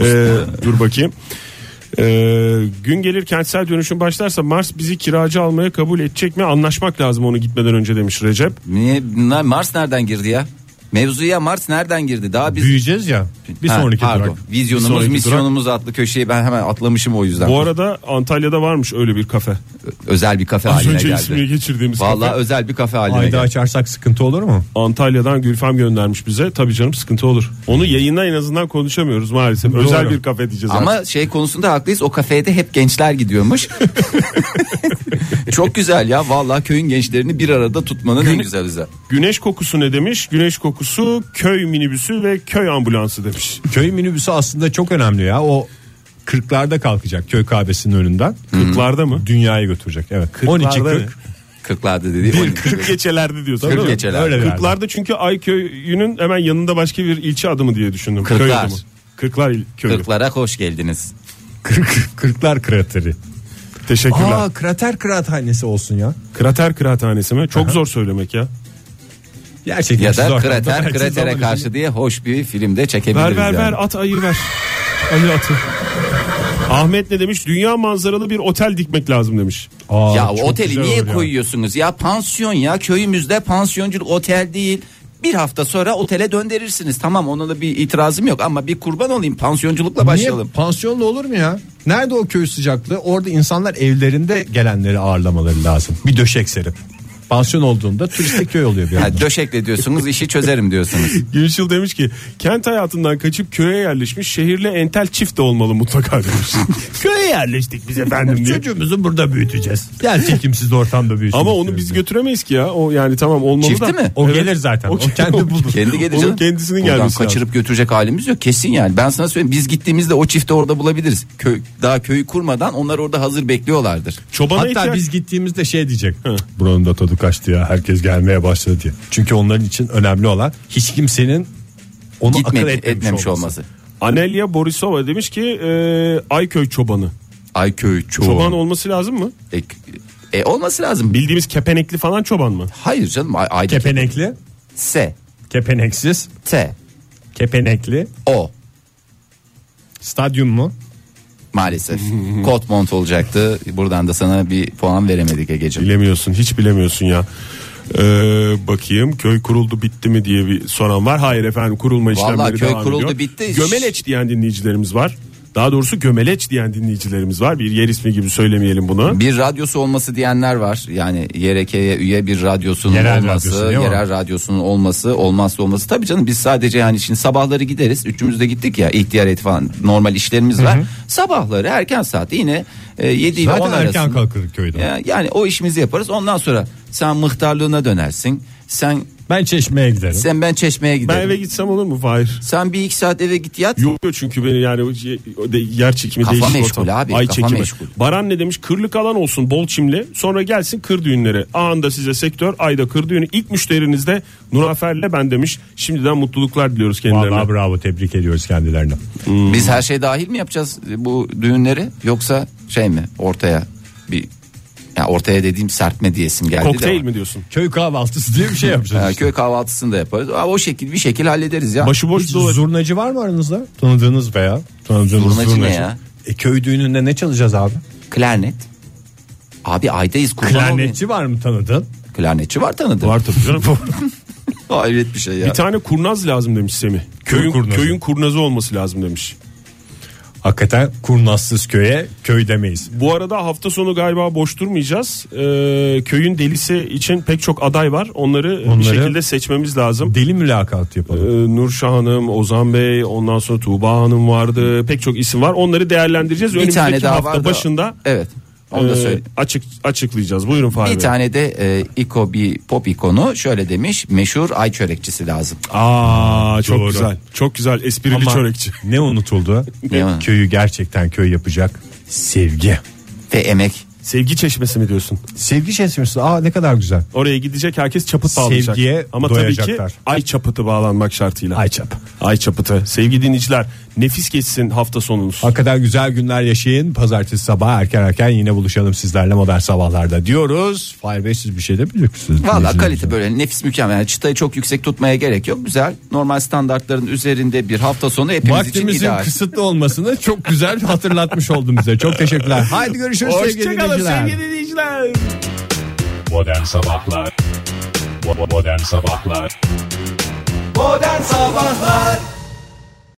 Speaker 4: Ee, dur bakayım. Ee, gün gelir kentsel dönüşüm başlarsa Mars bizi kiracı almaya kabul edecek mi? Anlaşmak lazım onu gitmeden önce demiş Recep.
Speaker 2: Niye bunlar- Mars nereden girdi ya? Mevzuya Mars nereden girdi? Daha biz
Speaker 3: Büyüyeceğiz ya bir
Speaker 2: Ha,
Speaker 3: sonraki
Speaker 2: pardon.
Speaker 3: durak.
Speaker 2: Vizyonumuz,
Speaker 4: Bir sonraki
Speaker 2: misyonumuz adlı köşeyi ben hemen atlamışım o yüzden.
Speaker 4: Bu arada Antalya'da varmış öyle bir kafe.
Speaker 2: özel bir kafe
Speaker 4: Az
Speaker 2: haline
Speaker 4: önce
Speaker 2: geldi.
Speaker 4: ismini geçirdiğimiz
Speaker 2: Vallahi
Speaker 4: kafe.
Speaker 2: özel bir kafe haline
Speaker 3: Ayda
Speaker 2: geldi.
Speaker 3: açarsak sıkıntı olur mu?
Speaker 4: Antalya'dan Gülfem göndermiş bize. Tabii canım sıkıntı olur. Onu yayında en azından konuşamıyoruz maalesef.
Speaker 3: Doğru.
Speaker 4: Özel bir kafe diyeceğiz. artık.
Speaker 2: Ama şey konusunda haklıyız. O kafede hep gençler gidiyormuş. Çok güzel ya. Vallahi köyün gençlerini bir arada tutmanın en güzel güzel.
Speaker 4: Güneş kokusu ne demiş? Güneş kokusu köy minibüsü ve köy ambulansı demiş.
Speaker 3: Köy minibüsü aslında çok önemli ya. O 40'larda kalkacak köy kahvesinin önünden.
Speaker 4: Kırklarda mı?
Speaker 3: Dünyayı götürecek. Evet. 12
Speaker 4: Kırklarda
Speaker 3: 40.
Speaker 4: ne?
Speaker 2: Kırklarda dediği. on-
Speaker 4: 40 geçelerde diyorsun.
Speaker 2: Kırk
Speaker 4: değil mi?
Speaker 2: geçelerde.
Speaker 3: Öyle bir yerde.
Speaker 4: Kırklarda çünkü Ay köyünün hemen yanında başka bir ilçe adımı diye düşündüm. Köy
Speaker 2: Kırklar.
Speaker 4: adımı. Kırklar il- köyü.
Speaker 2: Kırklara hoş geldiniz.
Speaker 3: 40 40'lar krateri.
Speaker 4: Teşekkürler.
Speaker 3: Aa krater kıraathanesi olsun ya.
Speaker 4: Krater kıraathanesi mi? Çok zor söylemek ya.
Speaker 3: Gerçekten
Speaker 2: Ya
Speaker 3: şu
Speaker 2: da
Speaker 3: zamanda
Speaker 2: krater
Speaker 3: belki
Speaker 2: kratere
Speaker 3: zaman
Speaker 2: karşı diye hoş bir filmde
Speaker 4: Ver
Speaker 2: çekebiliriz.
Speaker 4: ver
Speaker 2: yani.
Speaker 4: ver at ayır ver. Ayır atı. Ahmet ne demiş? Dünya manzaralı bir otel dikmek lazım demiş.
Speaker 3: için. Aa,
Speaker 2: Ya
Speaker 3: çok
Speaker 2: oteli
Speaker 3: güzel
Speaker 2: niye
Speaker 3: olur ya.
Speaker 2: koyuyorsunuz ya? Pansiyon ya. Köyümüzde pansiyonculuk otel değil. Bir hafta sonra otele döndürürsünüz. Tamam ona da bir itirazım yok ama bir kurban olayım pansiyonculukla başlayalım.
Speaker 3: Niye pansiyonlu olur mu ya? Nerede o köy sıcaklığı? Orada insanlar evlerinde gelenleri ağırlamaları lazım. Bir döşek serip. Pansiyon olduğunda turistik köy oluyor bir
Speaker 2: Ha, döşekle diyorsunuz işi çözerim diyorsunuz.
Speaker 4: Gülşil demiş ki kent hayatından kaçıp köye yerleşmiş şehirle entel çift de olmalı mutlaka demiş.
Speaker 3: Köye yerleştik biz
Speaker 4: efendim diye.
Speaker 3: Çocuğumuzu burada büyüteceğiz. Yer çekimsiz ortamda büyüsün.
Speaker 4: Ama onu
Speaker 3: istiyorum
Speaker 4: biz
Speaker 3: ben.
Speaker 4: götüremeyiz ki ya. O yani tamam olmalı
Speaker 2: Çifti
Speaker 4: da.
Speaker 2: mi?
Speaker 3: O gelir zaten. O kendi bulur.
Speaker 2: Kendi gelir
Speaker 4: Onun
Speaker 2: canım.
Speaker 4: kendisinin
Speaker 2: Buradan
Speaker 4: gelmesi lazım.
Speaker 2: kaçırıp götürecek halimiz yok kesin yani. Ben sana söyleyeyim biz gittiğimizde o çifti orada bulabiliriz. Köy, daha köyü kurmadan onlar orada hazır bekliyorlardır.
Speaker 4: Çobana
Speaker 3: Hatta
Speaker 4: ihtiyaç-
Speaker 3: biz gittiğimizde şey diyecek. Buranın da tadı kaçtı ya. Herkes gelmeye başladı diye. Çünkü onların için önemli olan hiç kimsenin onu
Speaker 2: Gitmek
Speaker 3: akıl
Speaker 2: etmemiş,
Speaker 3: etmemiş,
Speaker 2: olması.
Speaker 3: olması.
Speaker 4: Anelya Borisova demiş ki e, Ayköy çobanı.
Speaker 2: Ay köy çoğu.
Speaker 4: Çoban olması lazım mı?
Speaker 2: E, e, olması lazım. Bil-
Speaker 4: Bildiğimiz kepenekli falan çoban mı?
Speaker 2: Hayır canım. Ay, ay,
Speaker 3: Kepenekli,
Speaker 2: S.
Speaker 3: kepeneksiz,
Speaker 2: T.
Speaker 3: kepenekli.
Speaker 2: O.
Speaker 3: Stadyum mu?
Speaker 2: Maalesef. Kot mont olacaktı. Buradan da sana bir puan veremedik Ege'ciğim.
Speaker 4: Bilemiyorsun hiç bilemiyorsun ya. Ee, bakayım köy kuruldu bitti mi diye bir soran var. Hayır efendim kurulma işlemleri
Speaker 2: köy
Speaker 4: devam
Speaker 2: kuruldu,
Speaker 4: ediyor.
Speaker 2: bitti.
Speaker 4: Gömeleç diyen dinleyicilerimiz var. Daha doğrusu gömeleç diyen dinleyicilerimiz var. Bir yer ismi gibi söylemeyelim bunu.
Speaker 2: Bir radyosu olması diyenler var. Yani YRK'ye üye bir radyosunun
Speaker 3: Yerel
Speaker 2: olması,
Speaker 3: radyosu değil mi?
Speaker 2: yerel radyosunun olması, olmazsa olması. Tabii canım biz sadece yani şimdi sabahları gideriz. Üçümüz de gittik ya ihtiyar et falan normal işlerimiz var. Sabahları erken saatte yine e, 7 ile 10
Speaker 3: Zaten
Speaker 2: arasında.
Speaker 3: erken kalkır köyde.
Speaker 2: Ya- Yani o işimizi yaparız. Ondan sonra sen mıhtarlığına dönersin. Sen
Speaker 3: Ben çeşmeye giderim.
Speaker 2: sen ben çeşmeye
Speaker 4: Ben
Speaker 2: giderim.
Speaker 4: eve gitsem olur mu Fahir?
Speaker 2: Sen bir iki saat eve git yat.
Speaker 4: Yok yok çünkü beni yani o şey- o de- yer çekimi
Speaker 2: Kafa
Speaker 4: değişik
Speaker 2: meşgul
Speaker 4: ortam.
Speaker 2: abi,
Speaker 4: Ay
Speaker 2: kafa
Speaker 4: çekimi.
Speaker 2: meşgul.
Speaker 4: Baran ne demiş? Kırlık alan olsun bol çimli. Sonra gelsin kır düğünleri. Anında size sektör ayda kır düğünü. İlk müşteriniz de Nurafer'le ben demiş. Şimdiden mutluluklar diliyoruz kendilerine.
Speaker 3: Vallahi bravo tebrik ediyoruz kendilerini.
Speaker 2: Biz her şey dahil mi yapacağız bu düğünleri yoksa şey mi ortaya bir ya ortaya dediğim serpme diyesim geldi
Speaker 4: Kokteyl
Speaker 2: de.
Speaker 4: mi diyorsun?
Speaker 3: Köy kahvaltısı diye bir şey
Speaker 2: Ha,
Speaker 3: yapacağız. işte.
Speaker 2: köy kahvaltısını da yaparız. Aa, o şekil bir şekil hallederiz ya.
Speaker 4: Başıboş
Speaker 3: Hiç
Speaker 4: dolar.
Speaker 3: zurnacı var mı aranızda? Tanıdığınız veya tanıdığınız
Speaker 2: Zurnacı ne ya?
Speaker 3: E, köy düğününde ne çalacağız abi?
Speaker 2: Klarnet. Abi aydayız kurban olmayın.
Speaker 3: Klarnetçi var mı tanıdın?
Speaker 2: Klarnetçi var tanıdığım.
Speaker 4: Var tabii canım.
Speaker 2: Hayret bir şey ya.
Speaker 4: Bir tane kurnaz lazım demiş Semih.
Speaker 3: Köy
Speaker 4: Köyün,
Speaker 3: kurnazı.
Speaker 4: köyün kurnazı olması lazım demiş.
Speaker 3: Hakikaten kurnazsız köye köy demeyiz.
Speaker 4: Bu arada hafta sonu galiba boş durmayacağız. Ee, köyün delisi için pek çok aday var. Onları,
Speaker 3: Onları-
Speaker 4: bir şekilde seçmemiz lazım.
Speaker 3: Deli mülakat
Speaker 4: Ee,
Speaker 3: yapalım.
Speaker 4: Nurşah Hanım, Ozan Bey, ondan sonra Tuğba Hanım vardı. Pek çok isim var. Onları değerlendireceğiz.
Speaker 2: bir
Speaker 4: Önümüzdeki
Speaker 2: tane daha
Speaker 4: hafta
Speaker 2: var da-
Speaker 4: başında
Speaker 2: Evet. Onu da
Speaker 4: e,
Speaker 2: söyle.
Speaker 4: açık açıklayacağız. Buyurun Fahri
Speaker 2: Bir
Speaker 4: Bey.
Speaker 2: tane de e, İko bir pop ikonu şöyle demiş. Meşhur ay çörekçisi lazım.
Speaker 4: Aa çok
Speaker 3: Doğru.
Speaker 4: güzel. Çok güzel. Esprili
Speaker 3: Ama
Speaker 4: çörekçi.
Speaker 3: ne unutuldu?
Speaker 2: Ne?
Speaker 3: Köyü gerçekten köy yapacak sevgi.
Speaker 2: Ve emek.
Speaker 4: Sevgi çeşmesi mi diyorsun?
Speaker 3: Sevgi çeşmesi. Aa ne kadar güzel.
Speaker 4: Oraya gidecek herkes çapıt bağlayacak.
Speaker 3: Sevgiye
Speaker 4: Ama tabii
Speaker 3: doyacaklar.
Speaker 4: ki ay çapıtı bağlanmak şartıyla.
Speaker 3: Ay çap.
Speaker 4: Ay çapıtı. Sevgili dinleyiciler nefis geçsin hafta sonunuz.
Speaker 3: Hakikaten güzel günler yaşayın. Pazartesi sabah erken erken yine buluşalım sizlerle modern sabahlarda diyoruz. Fahir Bey siz bir şey de biliyorsunuz.
Speaker 2: Valla kalite böyle nefis mükemmel. Yani çıtayı çok yüksek tutmaya gerek yok. Güzel. Normal standartların üzerinde bir hafta sonu hepimiz için
Speaker 3: Vaktimizin
Speaker 2: ideal.
Speaker 3: kısıtlı olmasını çok güzel hatırlatmış oldun bize. Çok teşekkürler. Haydi görüşürüz sevgili
Speaker 4: Hoşçakalın
Speaker 3: dinleyiciler.
Speaker 4: sevgili dinleyiciler.
Speaker 10: Modern Sabahlar Bo- bo- Modern Sabahlar
Speaker 2: Modern Sabahlar